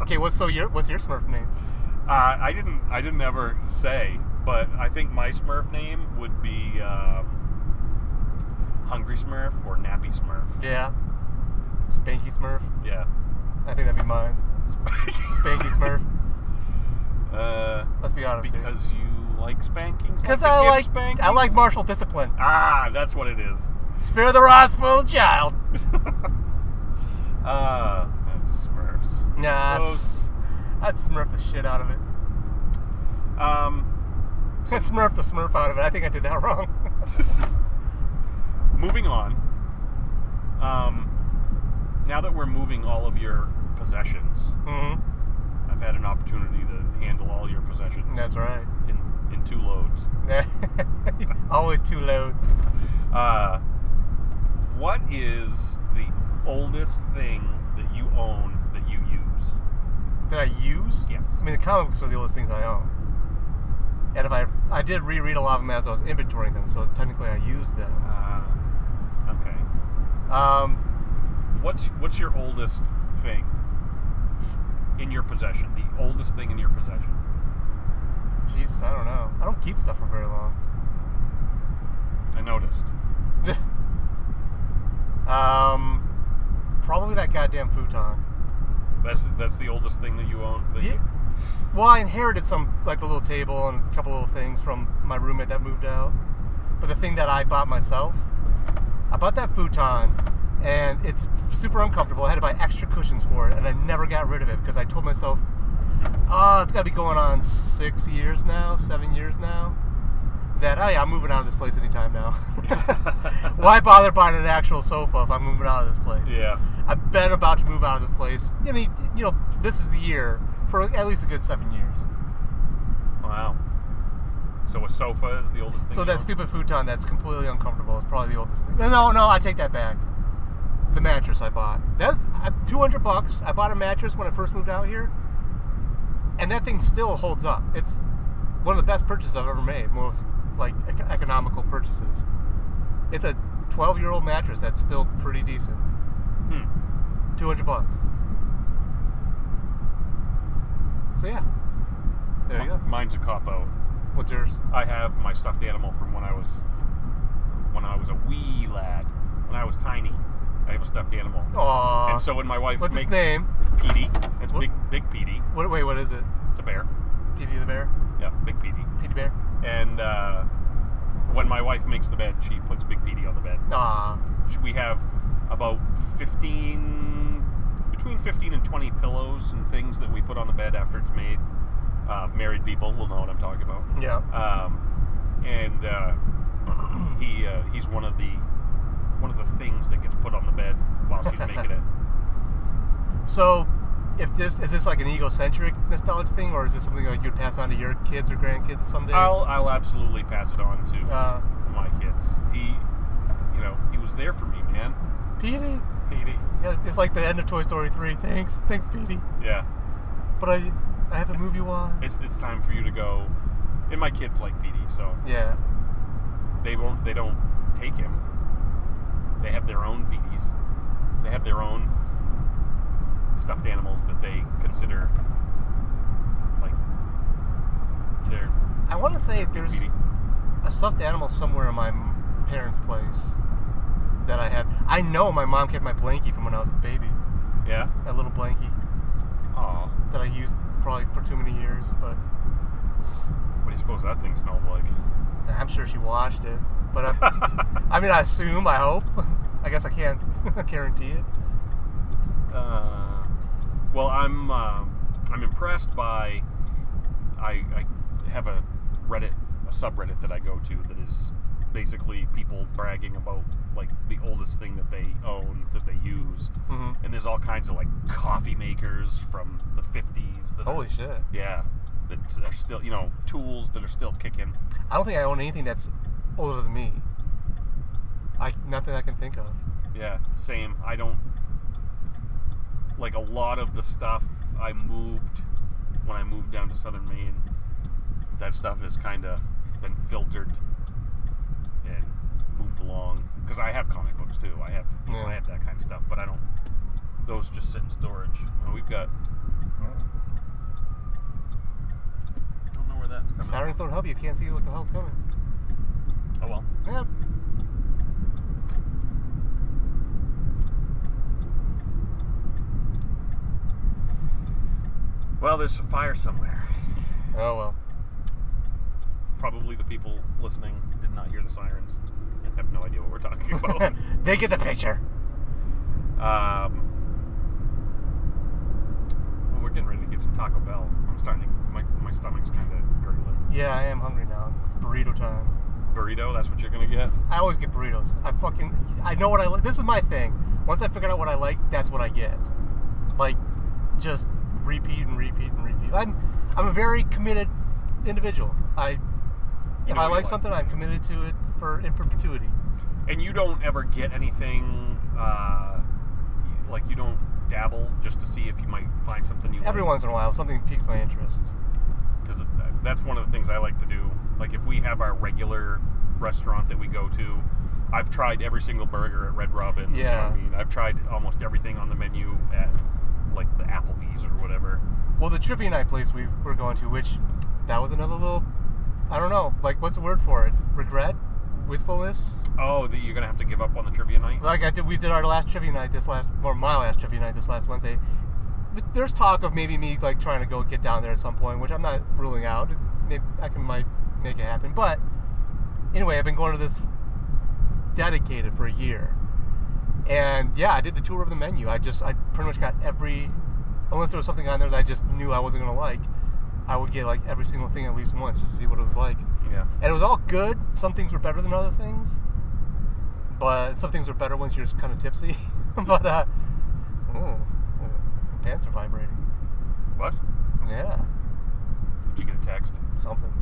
C: okay, what's so your what's your Smurf name?
B: uh, I didn't I didn't ever say, but I think my Smurf name would be um, Hungry Smurf or Nappy Smurf.
C: Yeah. Spanky Smurf.
B: Yeah.
C: I think that'd be mine. Spanky Smurf.
B: Uh,
C: Let's be honest. here.
B: because you like spankings.
C: Because
B: to
C: I
B: give
C: like
B: spankings?
C: I like martial discipline.
B: Ah, that's what it is.
C: Spare the rod, spoil the child.
B: Ah, and Smurfs.
C: Nah,
B: Gross.
C: s- I'd Smurf the shit out of it.
B: Um,
C: I'd Smurf the Smurf out of it. I think I did that wrong.
B: moving on. Um, now that we're moving all of your possessions,
C: mm-hmm.
B: I've had an opportunity to handle all your possessions
C: That's right.
B: in in two loads.
C: Always two loads.
B: Uh, what is the oldest thing that you own that you use?
C: Did I use?
B: Yes.
C: I mean, the comic books are the oldest things I own. And if I I did reread a lot of them as I was inventorying them, so technically I used them.
B: Uh, okay.
C: Um,
B: What's what's your oldest thing in your possession? The oldest thing in your possession?
C: Jesus, I don't know. I don't keep stuff for very long.
B: I noticed.
C: um, probably that goddamn futon.
B: That's that's the oldest thing that you own. That
C: Yeah.
B: you,
C: Well, I inherited some, like the little table and a couple little things from my roommate that moved out. But the thing that I bought myself, I bought that futon, and it's super uncomfortable. I had to buy extra cushions for it, and I never got rid of it because I told myself, ah, it's got to be going on six years now, seven years now. That oh yeah, I'm moving out of this place anytime now. Why bother buying an actual sofa if I'm moving out of this place?
B: yeah.
C: I've been about to move out of this place. I mean, you know, this is the year for at least a good seven years.
B: Wow. So a sofa is the oldest thing.
C: So
B: you
C: that
B: own?
C: stupid futon that's completely uncomfortable is probably the oldest thing. No, no, I take that back. The mattress I bought. That was uh, 200 bucks. I bought a mattress when I first moved out here. And that thing still holds up. It's one of the best purchases I've ever made. Most like ec- economical purchases. It's a 12 year old mattress that's still pretty decent.
B: Hmm.
C: 200 bucks. So yeah. There you go.
B: Mine's a cop out.
C: What's yours?
B: I have my stuffed animal from when I was when I was a wee lad. When I was tiny, I have a stuffed animal.
C: Aw.
B: And so when my wife
C: What's
B: makes
C: its name?
B: Petey, and It's
C: What-
B: big, big Petey.
C: What, wait, what is it?
B: It's a bear.
C: Petey the bear?
B: Yeah, big Petey.
C: Petey bear?
B: And uh, when my wife makes the bed, she puts Big Petey on the bed.
C: Aw.
B: Sh- We have about 15, between 15 and 20 pillows and things that we put on the bed after it's made. Uh, married people will know what I'm talking about.
C: Yeah.
B: Um, and uh, he uh, he's one of the one of the things that gets put on the bed while she's making it.
C: So, if this is this like an egocentric nostalgia thing, or is this something like you'd pass on to your kids or grandkids someday?
B: I'll I'll absolutely pass it on to
C: Uh,
B: my kids. He, you know, he was there for me, man.
C: Petey.
B: Petey.
C: Yeah, it's like the end of Toy Story three. Thanks, thanks, Petey.
B: Yeah.
C: But I, I have to move you on.
B: It's it's time for you to go. And my kids like Petey, so
C: Yeah.
B: they won't. They don't take him. They have their own Peteys. They have their own stuffed animals that they consider like their
C: I want to say there's
B: Petey.
C: a stuffed animal somewhere in my m- parents' place that I had. I know my mom kept my blankie from when I was a baby.
B: Yeah.
C: That little blankie
B: Aw.
C: that I used probably for too many years, but
B: What do you suppose that thing smells like?
C: I'm sure she washed it. But I, I mean, I assume, I hope. I guess I can't guarantee it.
B: Uh, well, I'm uh, I'm impressed by I, I have a Reddit a subreddit that I go to that is basically people bragging about like the oldest thing that they own that they use,
C: Mm-hmm.
B: and there's all kinds of like coffee makers from the 50s. That are-
C: Holy shit.
B: Yeah, that are still you know tools that are still kicking.
C: I don't think I own anything that's older than me. I nothing I can think of.
B: Yeah, same. I don't like a lot of the stuff I moved when I moved down to southern Maine. That stuff has kind of been filtered and moved along because I have comic books too. I have you know,
C: Yeah.
B: I have that kind of stuff, but I don't. Those just sit in storage. And we've got. I don't know where that's coming.
C: Sirens don't help you. Can't see what the hell's coming.
B: Oh well.
C: Yep.
B: Well, there's a fire somewhere.
C: Oh well.
B: Probably the people listening did not hear the sirens and have no idea what we're talking about.
C: they get the picture.
B: Um, well, we're getting ready to get some Taco Bell. I'm starting. To, my my stomach's kind of gurgling.
C: Yeah, I am hungry now. It's burrito time.
B: Burrito. That's what you're gonna get.
C: I always get burritos. I fucking I know what I like. This is my thing. Once I figure out what I like, that's what I get. Like just repeat and repeat and repeat. I'm I'm a very committed individual. I
B: You
C: if
B: know what
C: I
B: you
C: like
B: like.
C: something, I'm committed to it for in perpetuity.
B: And you don't ever get anything. Uh, like you don't dabble just to see if you might find something you.
C: Every once in a while, something piques my interest.
B: Because uh, that's one of the things I like to do. Like if we have our regular restaurant that we go to. I've tried every single burger at Red Robin. you know what
C: Yeah.
B: I mean, I've tried almost everything on the menu at like the Applebee's or whatever.
C: Well, the trivia night place we were going to, which that was another little, I don't know, like what's the word for it? Regret, wistfulness.
B: Oh, that you're gonna have to give up on the trivia night.
C: Like I did, we did our last trivia night this last, or my last trivia night this last Wednesday. But There's talk of maybe me like trying to go get down there at some point, which I'm not ruling out. Maybe I can might make it happen. But anyway, I've been going to this dedicated for a year, and yeah, I did the tour of the menu. I just I pretty much got every, unless there was something on there that I just knew I wasn't gonna like, I would get like every single thing at least once just to see what it was like.
B: Yeah.
C: And it was all good. Some things were better than other things, but some things were better once you're just kind of tipsy. but uh, ooh, my pants are vibrating.
B: What?
C: Yeah,
B: Did you get a text?
C: something.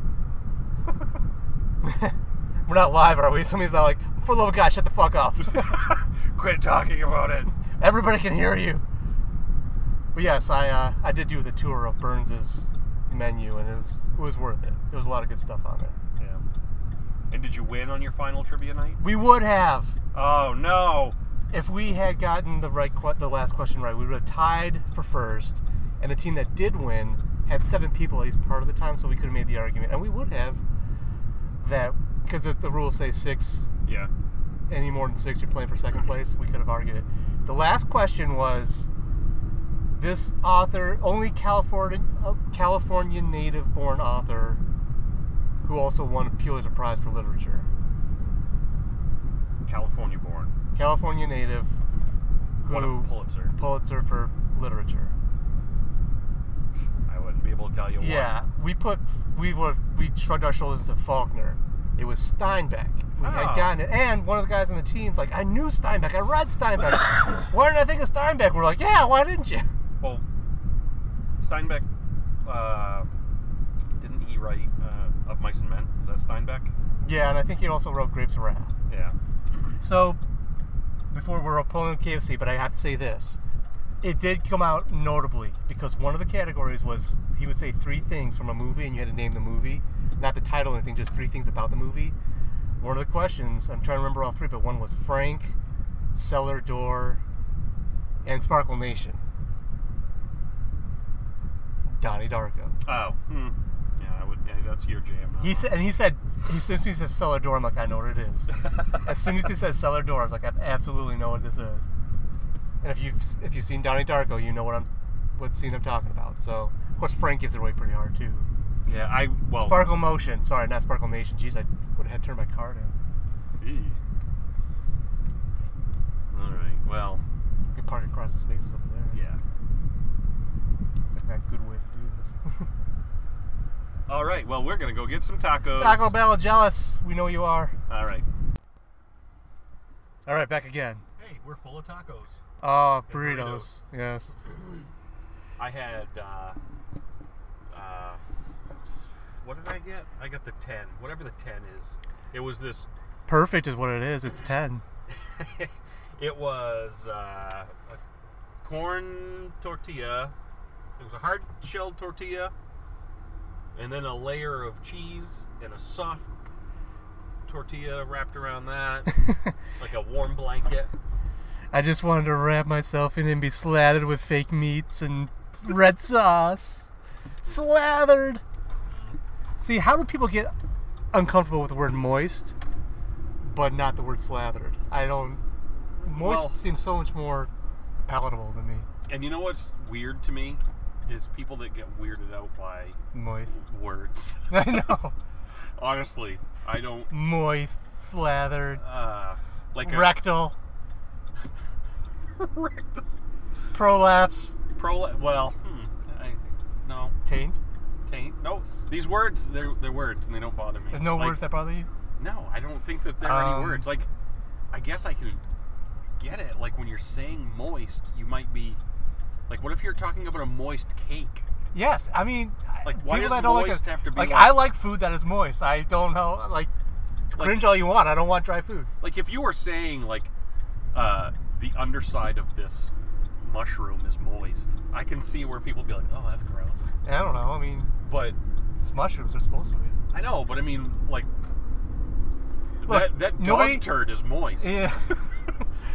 C: we're not live, are we? Somebody's not like, for the love of God, shut the fuck up.
B: Quit talking about it.
C: Everybody can hear you. But yes, I uh, I did do the tour of Burns's menu, and it was it was worth it. There was a lot of good stuff on there.
B: Yeah. And did you win on your final trivia night?
C: We would have
B: Oh no.
C: if we had gotten the right que- the last question right, we would have tied for first, and the team that did win had seven people at least part of the time, so we could have made the argument, and we would have that because the rules say six
B: Yeah.
C: any more than six, you're playing for second place. We could have argued it. The last question was this author, only California uh, California native born author, who also won a Pulitzer Prize for literature.
B: California born.
C: California native, who
B: What a Pulitzer.
C: Pulitzer for literature.
B: I wouldn't be able to tell you
C: Yeah, we put we were we shrugged our shoulders to Faulkner. It was Steinbeck. We
B: Ah.
C: had gotten it, and one of the guys on the team's like, "I knew Steinbeck. I read Steinbeck. why didn't I think of Steinbeck?" We're like, "Yeah, why didn't you?"
B: why. Well, Steinbeck, uh, didn't he write uh, Of Mice and Men? Is that Steinbeck?
C: Yeah, and I think he also wrote Grapes of Wrath.
B: Yeah.
C: So, before we're pulling KFC, but I have to say this: it did come out notably because one of the categories was he would say three things from a movie, and you had to name the movie, not the title or anything, just three things about the movie. One of the questions I'm trying to remember all three, but one was Frank, Cellar Door, and Sparkle Nation. Donnie Darko.
B: Oh. Hmm. Yeah, I would. Yeah, that's your jam.
C: He said, and he said, he, as soon as he says cellar door, I'm like, I know what it is. as soon as he says cellar door, I was like, I absolutely know what this is. And if you've if you've seen Donnie Darko, you know what I'm what scene I'm talking about. So of course Frank gives it away pretty hard too.
B: Yeah, I well.
C: Sparkle Motion, sorry, not Sparkle Nation. Jeez, I would have had to turn my card in.
B: Eee. All right. Well.
C: We could park across the spaces over there.
B: Yeah.
C: it's like that good way to do this.
B: All right. Well, we're gonna go get some tacos.
C: Taco Bell, jealous. We know you are.
B: All right.
C: All right, back again.
B: Hey, we're full of tacos.
C: Oh,
B: burritos.
C: burritos. Yes.
B: I had. Uh, uh, what did I get? I got the ten. Whatever the ten is. It was this.
C: Perfect is what it is. It's ten.
B: it was uh, a corn tortilla. It was a hard shell tortilla, and then a layer of cheese and a soft tortilla wrapped around that, like a warm blanket.
C: I just wanted to wrap myself in and be slathered with fake meats and red sauce. Slathered. See, how do people get uncomfortable with the word moist, but not the word slathered? I don't. Moist
B: Well-
C: seems so much more palatable to me.
B: And you know what's weird to me is people that get weirded out by
C: Moist.
B: words.
C: I know.
B: Honestly, I don't.
C: Moist, slathered,
B: Uh, like a
C: rectal,
B: rectal
C: prolapse,
B: pro. Well, hmm, I, no.
C: taint.
B: taint. No, these words, they're, they're words and they don't bother me.
C: There's no
B: Like,
C: words that bother you?
B: No, I don't think that there are
C: Um,
B: any words. Like, I guess I can get it. Like, when you're saying moist, you might be. Like, what if you're talking about a moist cake?
C: Yes, I mean, I-
B: Like, why
C: people
B: does
C: that don't
B: moist
C: like it,
B: have to be
C: like,
B: like-
C: I like food that is moist. I don't know, like,
B: Like-
C: cringe all you want. I don't want dry food.
B: Like, if you were saying, like, uh, the underside of this mushroom is moist, I can see where people be like, oh, that's gross.
C: I don't know. I mean,
B: But,
C: it's mushrooms. They're supposed to be.
B: I know, but I mean, like,
C: Look,
B: that, that
C: nobody-
B: dog turd is moist.
C: Yeah,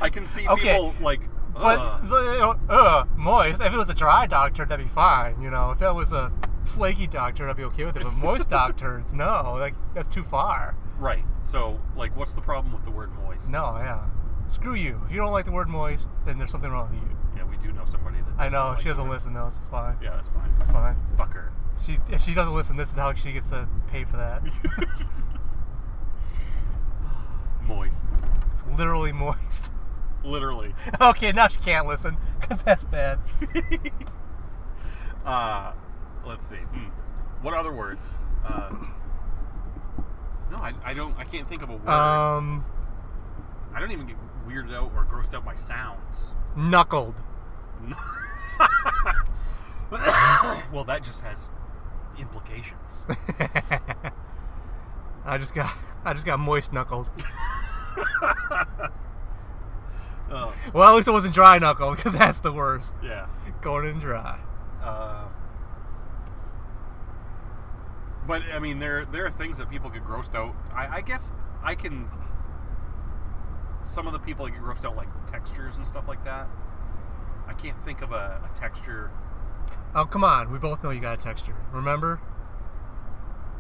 B: I can see
C: Okay.
B: people, like,
C: but
B: "Ugh."
C: the- uh, moist. If it was a dry dog turd, that'd be fine. You know, if that was a flaky dog turd, I'd be okay with it. But moist dog turds, no, like that's too far.
B: Right. So, like, what's the problem with the word moist?
C: No, yeah. Screw you. If you don't like the word moist, then there's something wrong with you.
B: Yeah, we do know somebody that.
C: I know
B: like
C: she doesn't
B: it.
C: listen though. So it's fine.
B: Oh Yeah, that's fine.
C: It's fine.
B: Fuck her.
C: She if she doesn't listen, this is how she gets to pay for that.
B: Moist.
C: It's literally moist.
B: Literally.
C: okay, now she can't listen because that's bad.
B: Uh, let's see. Hmm. What other words? Uh, no, I, I don't. I can't think of a word.
C: Um,
B: I don't even get weirded out or grossed out by sounds.
C: knuckled.
B: well, that just has implications.
C: I just got I just got moist knuckled.
B: Oh,
C: Well, at least it wasn't dry knuckled because that's the worst.
B: yeah.
C: Going in dry.
B: Uh, but I mean, there there are things that people get grossed out. I, I guess I can. Some of the people get grossed out like textures and stuff like that. I can't think of a, a texture.
C: Oh come on, we both know you got a texture. Remember?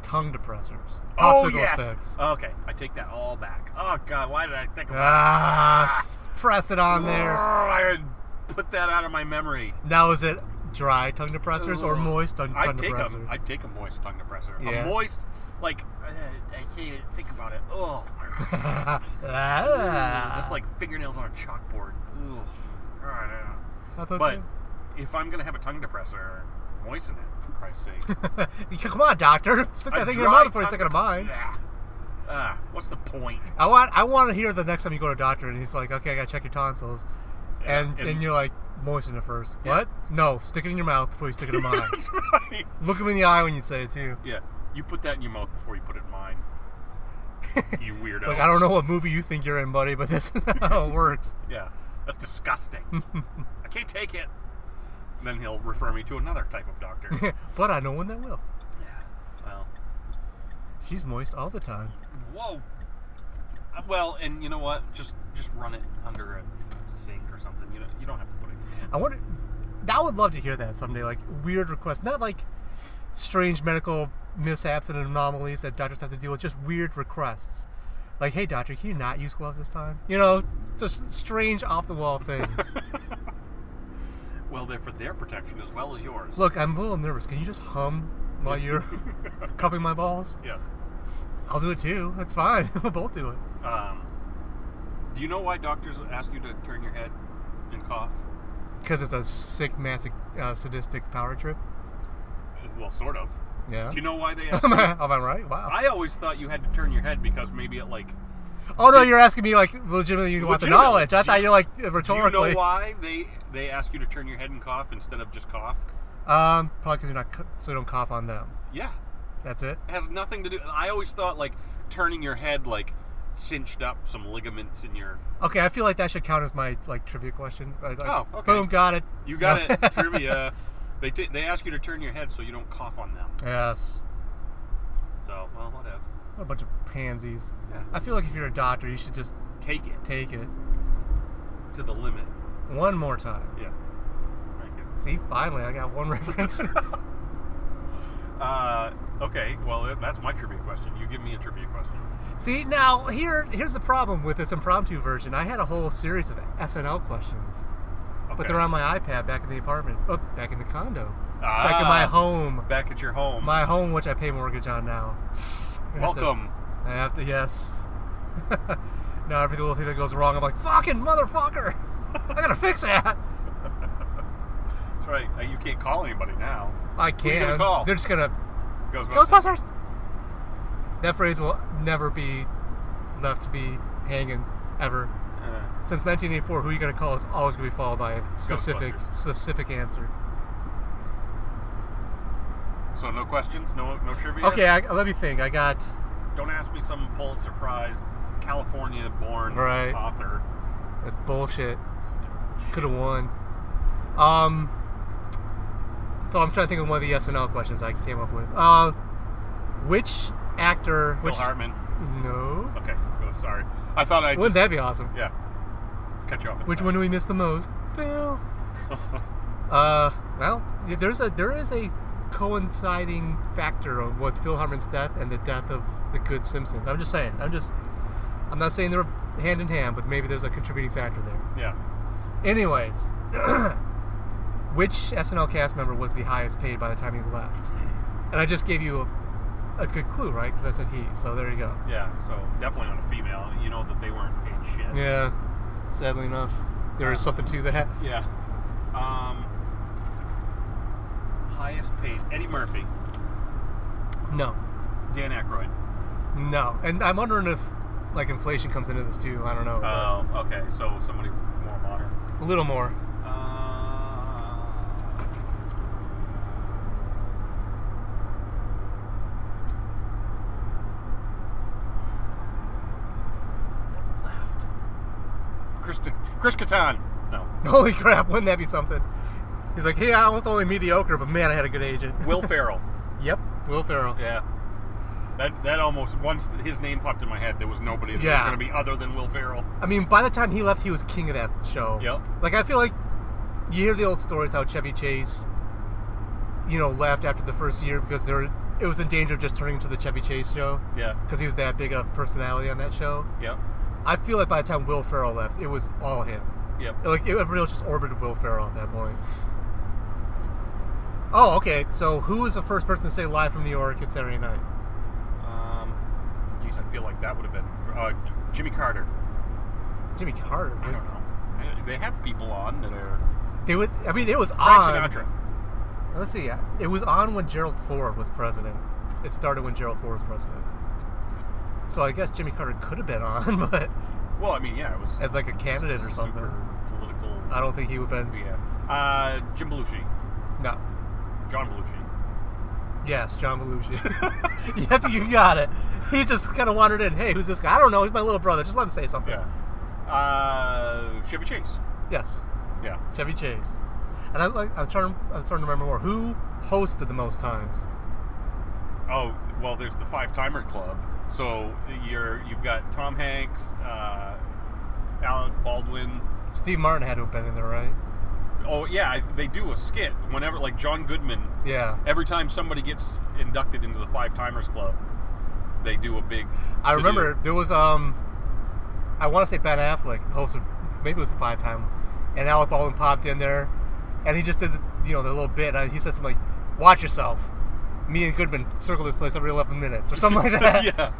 C: Tongue depressors.
B: Oh,
C: Popsicle Oh, sticks.
B: Okay, I take that all back. Oh God, why did I think about
C: Ah, s- press it Ah, on
B: that?
C: there.
B: I had put that out of my memory.
C: Now is it dry tongue depressors or
B: Ugh.
C: moist tongue, tongue
B: Uh, I'd take
C: depressors?
B: a I'd take a moist tongue depressor.
C: Yeah.
B: A moist, like I, I can't even think about it. Oh,
C: ah,
B: that's like fingernails on a chalkboard. Ooh, God, yeah.
C: I thought
B: But if I'm gonna have a tongue depressor, moisten it for Christ's sake.
C: you- come on, doctor, stick
B: A
C: that thing in your
B: dry
C: mouth before you
B: tongue
C: stick it in
B: depre-
C: mine.
B: Ah. Ah, what's the point?
C: I want I want to hear the next time you go to a doctor and he's like, okay, I gotta check your tonsils,
B: Yeah,
C: and
B: and-
C: and you're like, moisten it first.
B: Yeah.
C: What? No, stick it in your mouth before you stick it in mine.
B: That's right.
C: Look him in the eye when you say it too.
B: Yeah, you put that in your mouth before you put it in mine. You weirdo.
C: It's like I don't know what movie you think you're in, buddy, but this is how it works.
B: Yeah, that's disgusting.
C: Hmm.
B: I can't take it. Then he'll refer me to another type of doctor. yeah.
C: but I know one that will.
B: Well.
C: She's moist all the time.
B: Whoa. Uh, Well, and you know what? Just just run it under a sink or something. You don't you don't have to put it. in.
C: I wonder. I would love to hear that someday. Like weird requests, not like strange medical mishaps and anomalies that doctors have to deal with. Just weird requests, like, "Hey, doctor, can you not use gloves this time?" You know, just strange, off the wall things.
B: Well, they're for their protection as well as yours.
C: Look, I'm a little nervous. Can you just hum while you're cupping my balls?
B: Yeah.
C: I'll do it too. That's fine. we'll both do it.
B: Um. Do you know why doctors ask you to turn your head and cough?
C: Because it's a sick, massive, uh, sadistic power trip.
B: Well, sort of.
C: Yeah.
B: Do you know why they ask?
C: am,
B: you?
C: I, am I right? Wow.
B: I always thought you had to turn your head because maybe it like
C: oh no, you're asking me like legitimately you want the
B: Legitimately.
C: knowledge. I
B: Do
C: thought
B: you-
C: you're like
B: Do
C: rhetorically.
B: you know why they they ask you to turn your head and cough instead of just cough?
C: Um, probably because you're not cu- so you don't cough on them.
B: Yeah,
C: That's it.
B: it has nothing to do. I always thought like turning your head like cinched up some ligaments in your.
C: Okay, I feel like that should count as my like trivia question. I- I-
B: Oh, okay.
C: Boom, got it.
B: You got
C: No.
B: it. Trivia. They t- they ask you to turn your head so you don't cough on them.
C: Yes.
B: So well, whatevs.
C: What a bunch of pansies.
B: Yeah.
C: I feel like if you're a doctor, you should just
B: Take it
C: take it
B: to the limit.
C: one more time.
B: Yeah. Thank you.
C: See, finally, I got one reference.
B: Uh, okay. Well, that's my trivia question. You give me a trivia question.
C: See, now here, here's the problem with this impromptu version. I had a whole series of SNL questions,
B: Okay.
C: but they're on my iPad back in the apartment. Oh, back in the condo.
B: ah,
C: Back in my home.
B: Back at your home.
C: My home, which I pay mortgage on now. I have to-
B: Welcome.
C: I have to, yes. now every little thing that goes wrong, I'm like, fucking motherfucker! I gotta fix that!
B: That's right. Uh, You can't call anybody now.
C: I
B: Who you
C: can't.
B: gonna call?
C: They're just gonna.
B: Ghostbusters.
C: Ghostbusters! That phrase will never be left to be hanging ever.
B: Uh,
C: Since 1984, who you gonna call is always gonna be followed by a specific
B: Ghostbusters.
C: specific answer.
B: so no questions, no no trivia.
C: Okay, I, let me think. I got.
B: Don't ask me some Pulitzer Prize, California-born
C: Right.
B: author.
C: That's bullshit.
B: Stupid shit.
C: Could have won. Um. So I'm trying to think of one of the SNL questions I came up with. Uh, which actor?
B: Phil
C: which
B: Hartman.
C: no?
B: Okay. Oh, sorry. I thought I.
C: Wouldn't
B: just,
C: that be awesome?
B: Yeah. Cut you off. at the
C: Which
B: back.
C: one do we miss the most? Phil. uh, well, y- there's a there is a coinciding factor of- with Phil Hartman's death and the death of the Good Simpsons. I'm just saying. I'm just. I'm not saying they're hand in hand, but maybe there's a contributing factor there.
B: Yeah.
C: Anyways, which SNL cast member was the highest paid by the time he left? And I just gave you a, a good clue, right? Because I said he. So there you go.
B: Yeah. So definitely not a female. You know that they weren't paid shit.
C: Yeah. Sadly enough, there is something to that.
B: Yeah. Um. Highest paid Eddie Murphy,
C: No,
B: Dan Aykroyd.
C: no. And I'm wondering if like inflation comes into this too. I don't know.
B: Oh, okay. So somebody more modern.
C: a little more.
B: Uh, left. Chris, Chris Catan. No.
C: Holy crap! Wouldn't that be something? He's like, hey, I was only mediocre, but man, I had a good agent.
B: Will Ferrell.
C: yep. Will Ferrell.
B: yeah. That that almost once his name popped in my head, there was nobody that
C: Yeah.
B: was going to be other than Will Ferrell.
C: I mean, by the time he left, he was king of that show.
B: Yep.
C: Like, I feel like you hear the old stories how Chevy Chase, you know, left after the first year because there it was in danger of just turning into the Chevy Chase show
B: Yeah.
C: because he was that big a personality on that show.
B: Yep.
C: I feel like by the time Will Ferrell left, it was all him.
B: Yep.
C: Like it- everybody else just orbited Will Ferrell at that point. Oh, okay. So who was the first person to say live from New York at Saturday night?
B: Um, geez, I feel like that would have been uh, Jimmy Carter.
C: Jimmy Carter.
B: I
C: was-
B: don't know. I- They have people on that are
C: They would. I mean, it was
B: Frank
C: on.
B: Sinatra.
C: Let's see. yeah. It was on when Gerald Ford was president. It started when Gerald Ford was president. So I guess Jimmy Carter could have been on, but
B: Well, I mean, yeah, it was
C: as like a candidate or something. Uh,
B: super political
C: I don't think he would have been.
B: BS. Uh, Jim Belushi,
C: No.
B: John Belushi.
C: Yes, John Belushi. yep, you got it. He just kind of wandered in. Hey, who's this guy? I don't know. He's my little brother. Just let him say something.
B: Yeah. Uh, Chevy Chase.
C: Yes,
B: Yeah.
C: Chevy Chase. And I'm like, I'm trying. I'm starting to remember more. Who hosted the most times?
B: Oh, well, there's the Five Timer Club. So you're you've got Tom Hanks, uh, Alec Baldwin.
C: Steve Martin had to have been in there, right?
B: Oh yeah, I- they do a skit whenever like John Goodman.
C: Yeah.
B: Every time somebody gets inducted into the Five Timers Club, they do a big.
C: I
B: to-do.
C: remember there was um, I want to say Ben Affleck hosted, maybe it was a five time, and Alec Baldwin popped in there, and he just did this, you know the little bit. Uh, he said something like, "Watch yourself." Me and Goodman circle this place every eleven minutes or something like that.
B: yeah,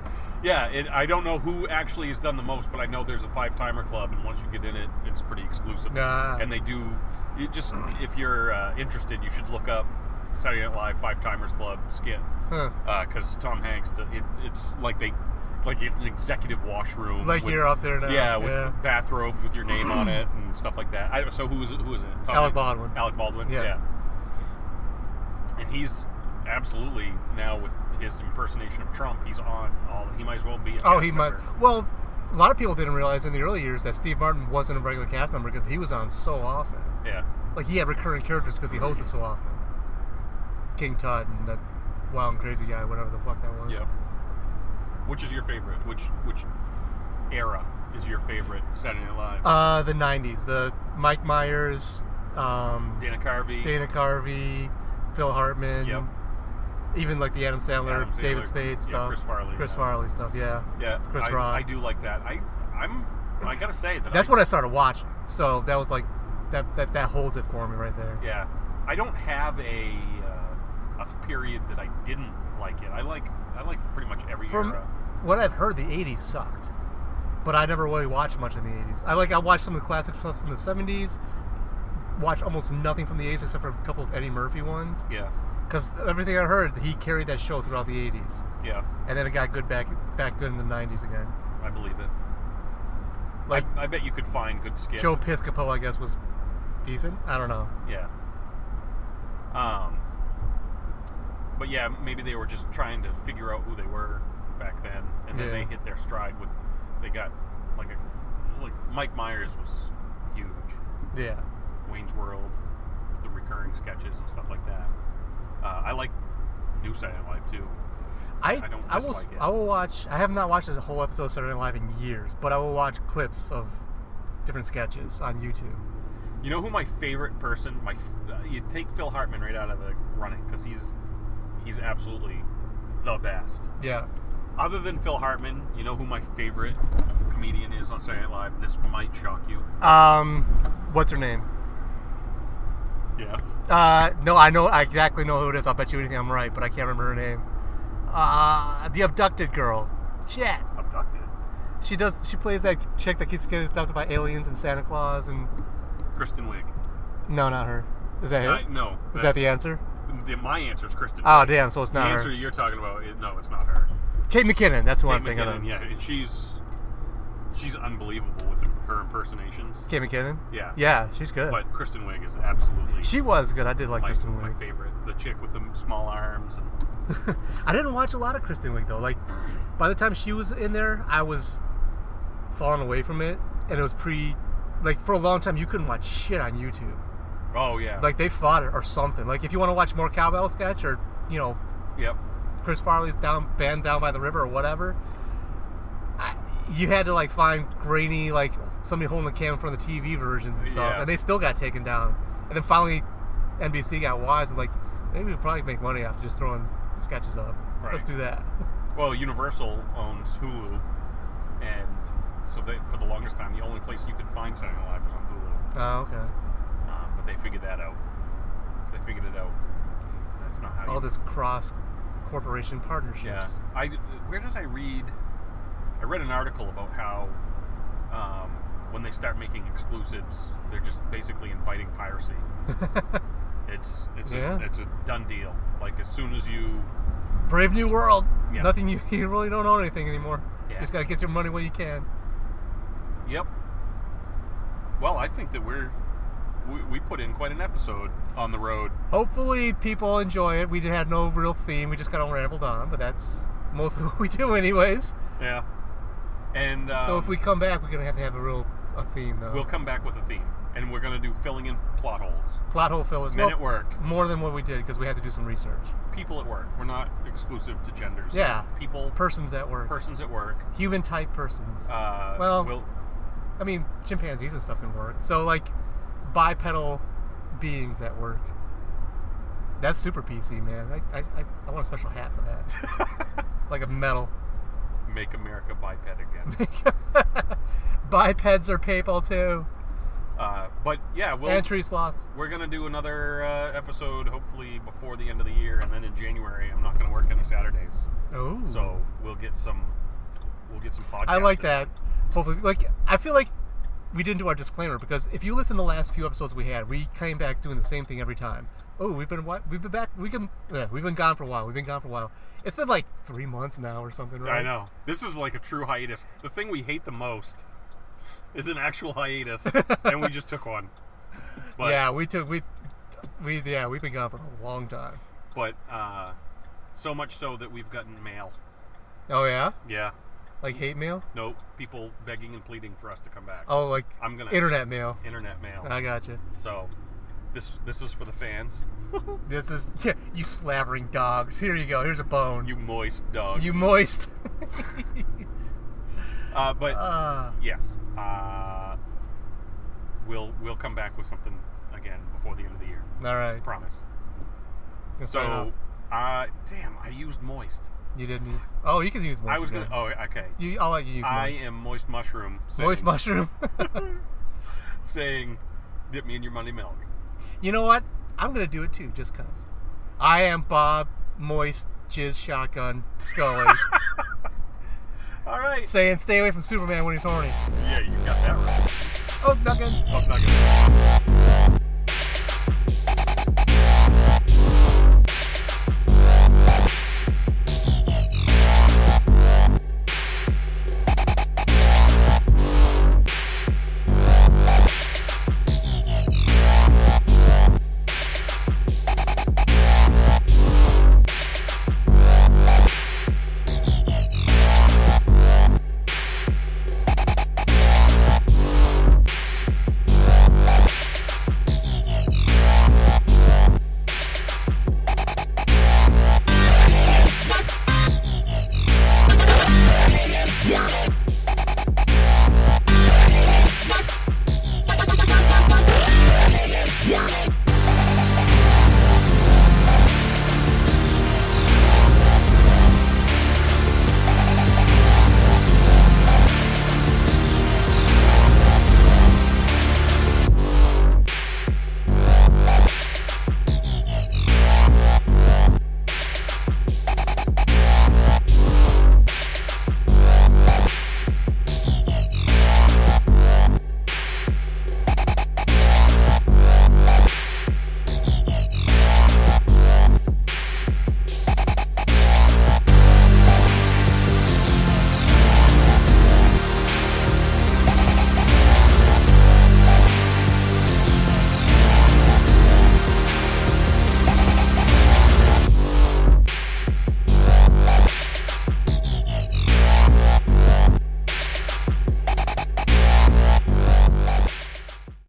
B: yeah. It, I don't know who actually has done the most, but I know there's a Five Timer Club, and once you get in it, it's pretty exclusive.
C: Ah.
B: And they do. It just if you're uh, interested, you should look up Saturday Night Live Five Timers Club skit.
C: Huh.
B: because Tom Hanks, d- it, it's like they, like an executive washroom.
C: Like
B: with-
C: you're up there now.
B: Yeah, with
C: yeah.
B: bathrobes with your name on it and stuff like that. I don't, so who was it? Who was it? Tom
C: Alec
B: Hanks-
C: Baldwin.
B: Alec Baldwin.
C: Yeah.
B: Yeah. And he's absolutely now with his impersonation of Trump. He's on all. He might as well be. a
C: Oh,
B: cast
C: he might.
B: member.
C: Well, a lot of people didn't realize in the early years that Steve Martin wasn't a regular cast member because he was on so often.
B: Yeah.
C: Like he had recurring characters because he hosted so often. King Tut and that wild and crazy guy, whatever the fuck that was.
B: Yeah. Which is your favorite? Which which era is your favorite Saturday Night Live?
C: Uh, the '90s, the Mike Myers, um,
B: Dana Carvey.
C: Dana Carvey, Phil Hartman.
B: Yep.
C: Even like the Adam Sandler,
B: Adam
C: David
B: Sandler,
C: Spade
B: yeah,
C: stuff,
B: Chris Farley,
C: Chris
B: yeah.
C: Farley stuff. Yeah.
B: Yeah,
C: Chris
B: I,
C: Rock.
B: I do like that. I I'm I gotta say that
C: That's
B: I,
C: when I started watching. So that was like, that that that holds it for me right there.
B: Yeah, I don't have a uh, a period that I didn't like it. I like I like pretty much every
C: From
B: era.
C: what I've heard, the '80s sucked, but I never really watched much in the '80s. I like I watched some of the classic stuff from the '70s. Watched almost nothing from the '80s except for a couple of Eddie Murphy ones,
B: Yeah,
C: because everything I heard, he carried that show throughout the '80s,
B: yeah,
C: and then it got good back back good in the '90s again.
B: I believe it.
C: Like
B: I bet you could find good skits.
C: Joe Piscopo, I guess, was decent. I don't know.
B: Yeah. Um. But yeah, maybe they were just trying to figure out who they were back then, and then
C: Yeah.
B: they hit their stride with they got like a like Mike Myers was huge.
C: Yeah,
B: Wayne's World, the recurring sketches and stuff like that. Uh, I like New Saturday Night Live too.
C: I
B: I don't
C: I, will
B: dislike it.
C: I will watch. I have not watched a whole episode of Saturday Night Live in years, but I will watch clips of different sketches on YouTube.
B: You know who my favorite person? My f- uh, you take Phil Hartman right out of the running because he's he's absolutely the best.
C: Yeah,
B: Other than Phil Hartman, you know who my favorite comedian is on Saturday Night Live? This might shock you.
C: Um, what's her name?
B: Yes.
C: Uh, no, I know I exactly know who it is. I'll bet you anything I'm right, but I can't remember her name. Uh, the abducted girl. Shit.
B: Abducted.
C: She does. She plays that chick that keeps getting abducted by aliens and Santa Claus and.
B: Kristen Wiig.
C: No, not her. Is that
B: I,
C: it?
B: no.
C: Is that the
B: that's-
C: answer?
B: the- my answer is Kristen.
C: Oh
B: Wiig.
C: damn! So it's
B: The
C: not
B: answer
C: her.
B: you're talking about is no, it's not her.
C: Kate McKinnon. That's who I'm
B: Kate
C: thinking
B: McKinnon,
C: of.
B: yeah, and she's she's unbelievable with her impersonations.
C: Kate McKinnon.
B: Yeah.
C: Yeah, she's good.
B: But Kristen Wiig is absolutely
C: she was good. I did like
B: my,
C: Kristen
B: my
C: Wiig.
B: favorite. The chick with the small arms and
C: I didn't watch a lot of Kristen Wiig though. Like, by the time she was in there, I was falling away from it, and it was pre. Like for a long time, you couldn't watch shit on YouTube.
B: oh yeah,
C: Like they fought it or something. Like if you want to watch more cowbell sketch or you know
B: yep,
C: Chris Farley's down band down by the river or whatever, I, you had to like find grainy like somebody holding the camera from the TV versions and stuff,
B: Yeah.
C: and they still got taken down. And then finally, NBC got wise and like maybe we probably make money off just throwing sketches up. Let's
B: Right.
C: do that.
B: Well, Universal owns Hulu, and so they, for the longest time, the only place you could find Saturday Night Live was on Hulu.
C: Oh, okay.
B: Um, but they figured that out. They figured it out. That's not how.
C: All
B: you,
C: this cross corporation partnerships.
B: Yeah. I where did I read? I read an article about how um, when they start making exclusives, they're just basically inviting piracy. it's it's
C: Yeah.
B: a it's a done deal. Like as soon as you
C: Brave New World.
B: Yeah.
C: Nothing you, you really don't own anything anymore.
B: Yeah.
C: Just gotta get your money where you can.
B: Yep. Well, I think that we're we, we put in quite an episode on the road.
C: Hopefully people enjoy it. We had no real theme. We just kind of rambled on, but that's mostly what we do, anyways.
B: Yeah. And um,
C: so if we come back, we're gonna have to have a real a theme though.
B: we'll come back with a theme, and we're gonna do filling in plot holes.
C: plot hole fillers.
B: Men
C: Well,
B: at work,
C: More than what we did because we had to do some research.
B: people at work. We're not exclusive to genders.
C: Yeah.
B: People,
C: Persons at work.
B: persons at work.
C: Human type persons.
B: Uh,
C: Well-
B: we'll,
C: I mean, chimpanzees and stuff can work. So like, bipedal beings at work. That's super PC, man. I, I, I, I want a special hat for that. like a medal.
B: make America biped again.
C: Bipeds are papal too.
B: uh, but yeah, we'll.
C: and tree sloths.
B: we're gonna do another uh, episode, hopefully before the end of the year, and then in January, I'm not gonna work any Saturdays.
C: Oh.
B: So we'll get some. We'll get some podcasts.
C: I like
B: in.
C: that. Hopefully, like I feel like we didn't do our disclaimer because if you listen to the last few episodes we had, we came back doing the same thing every time. Oh, we've been wa- we've been back we can uh, we've been gone for a while. We've been gone for a while. It's been like three months now or something, right?
B: I know. This is like a true hiatus. The thing we hate the most is an actual hiatus, and we just took one. But,
C: yeah, we took we we yeah we've been gone for a long time.
B: But uh, so much so that we've gotten mail.
C: Oh yeah,
B: Yeah.
C: like hate mail.
B: No people begging and pleading for us to come back.
C: Oh, Uh. like
B: I'm gonna
C: internet mail.
B: internet mail.
C: I gotcha.
B: so this this is for the fans.
C: This is yeah, you slavering dogs. Here you go. Here's a bone.
B: You moist dogs.
C: you moist.
B: uh, but
C: uh,
B: yes. Uh, we'll we'll come back with something again before the end of the year.
C: all right.
B: Promise.
C: Gonna sign off.
B: So, uh, damn, I used moist.
C: You didn't use. Oh, you can use moist.
B: I was gonna.
C: again.
B: Oh, okay.
C: You, I'll let you use
B: I
C: moist.
B: am moist mushroom. Saying,
C: moist mushroom.
B: saying, dip me in your money milk.
C: you know what? I'm gonna do it too, just cause. I am Bob Moist Jizz Shotgun Scully,
B: All right.
C: saying stay away from Superman when he's horny.
B: Yeah, you got that right.
C: Oh, nothing.
B: I'm not gonna-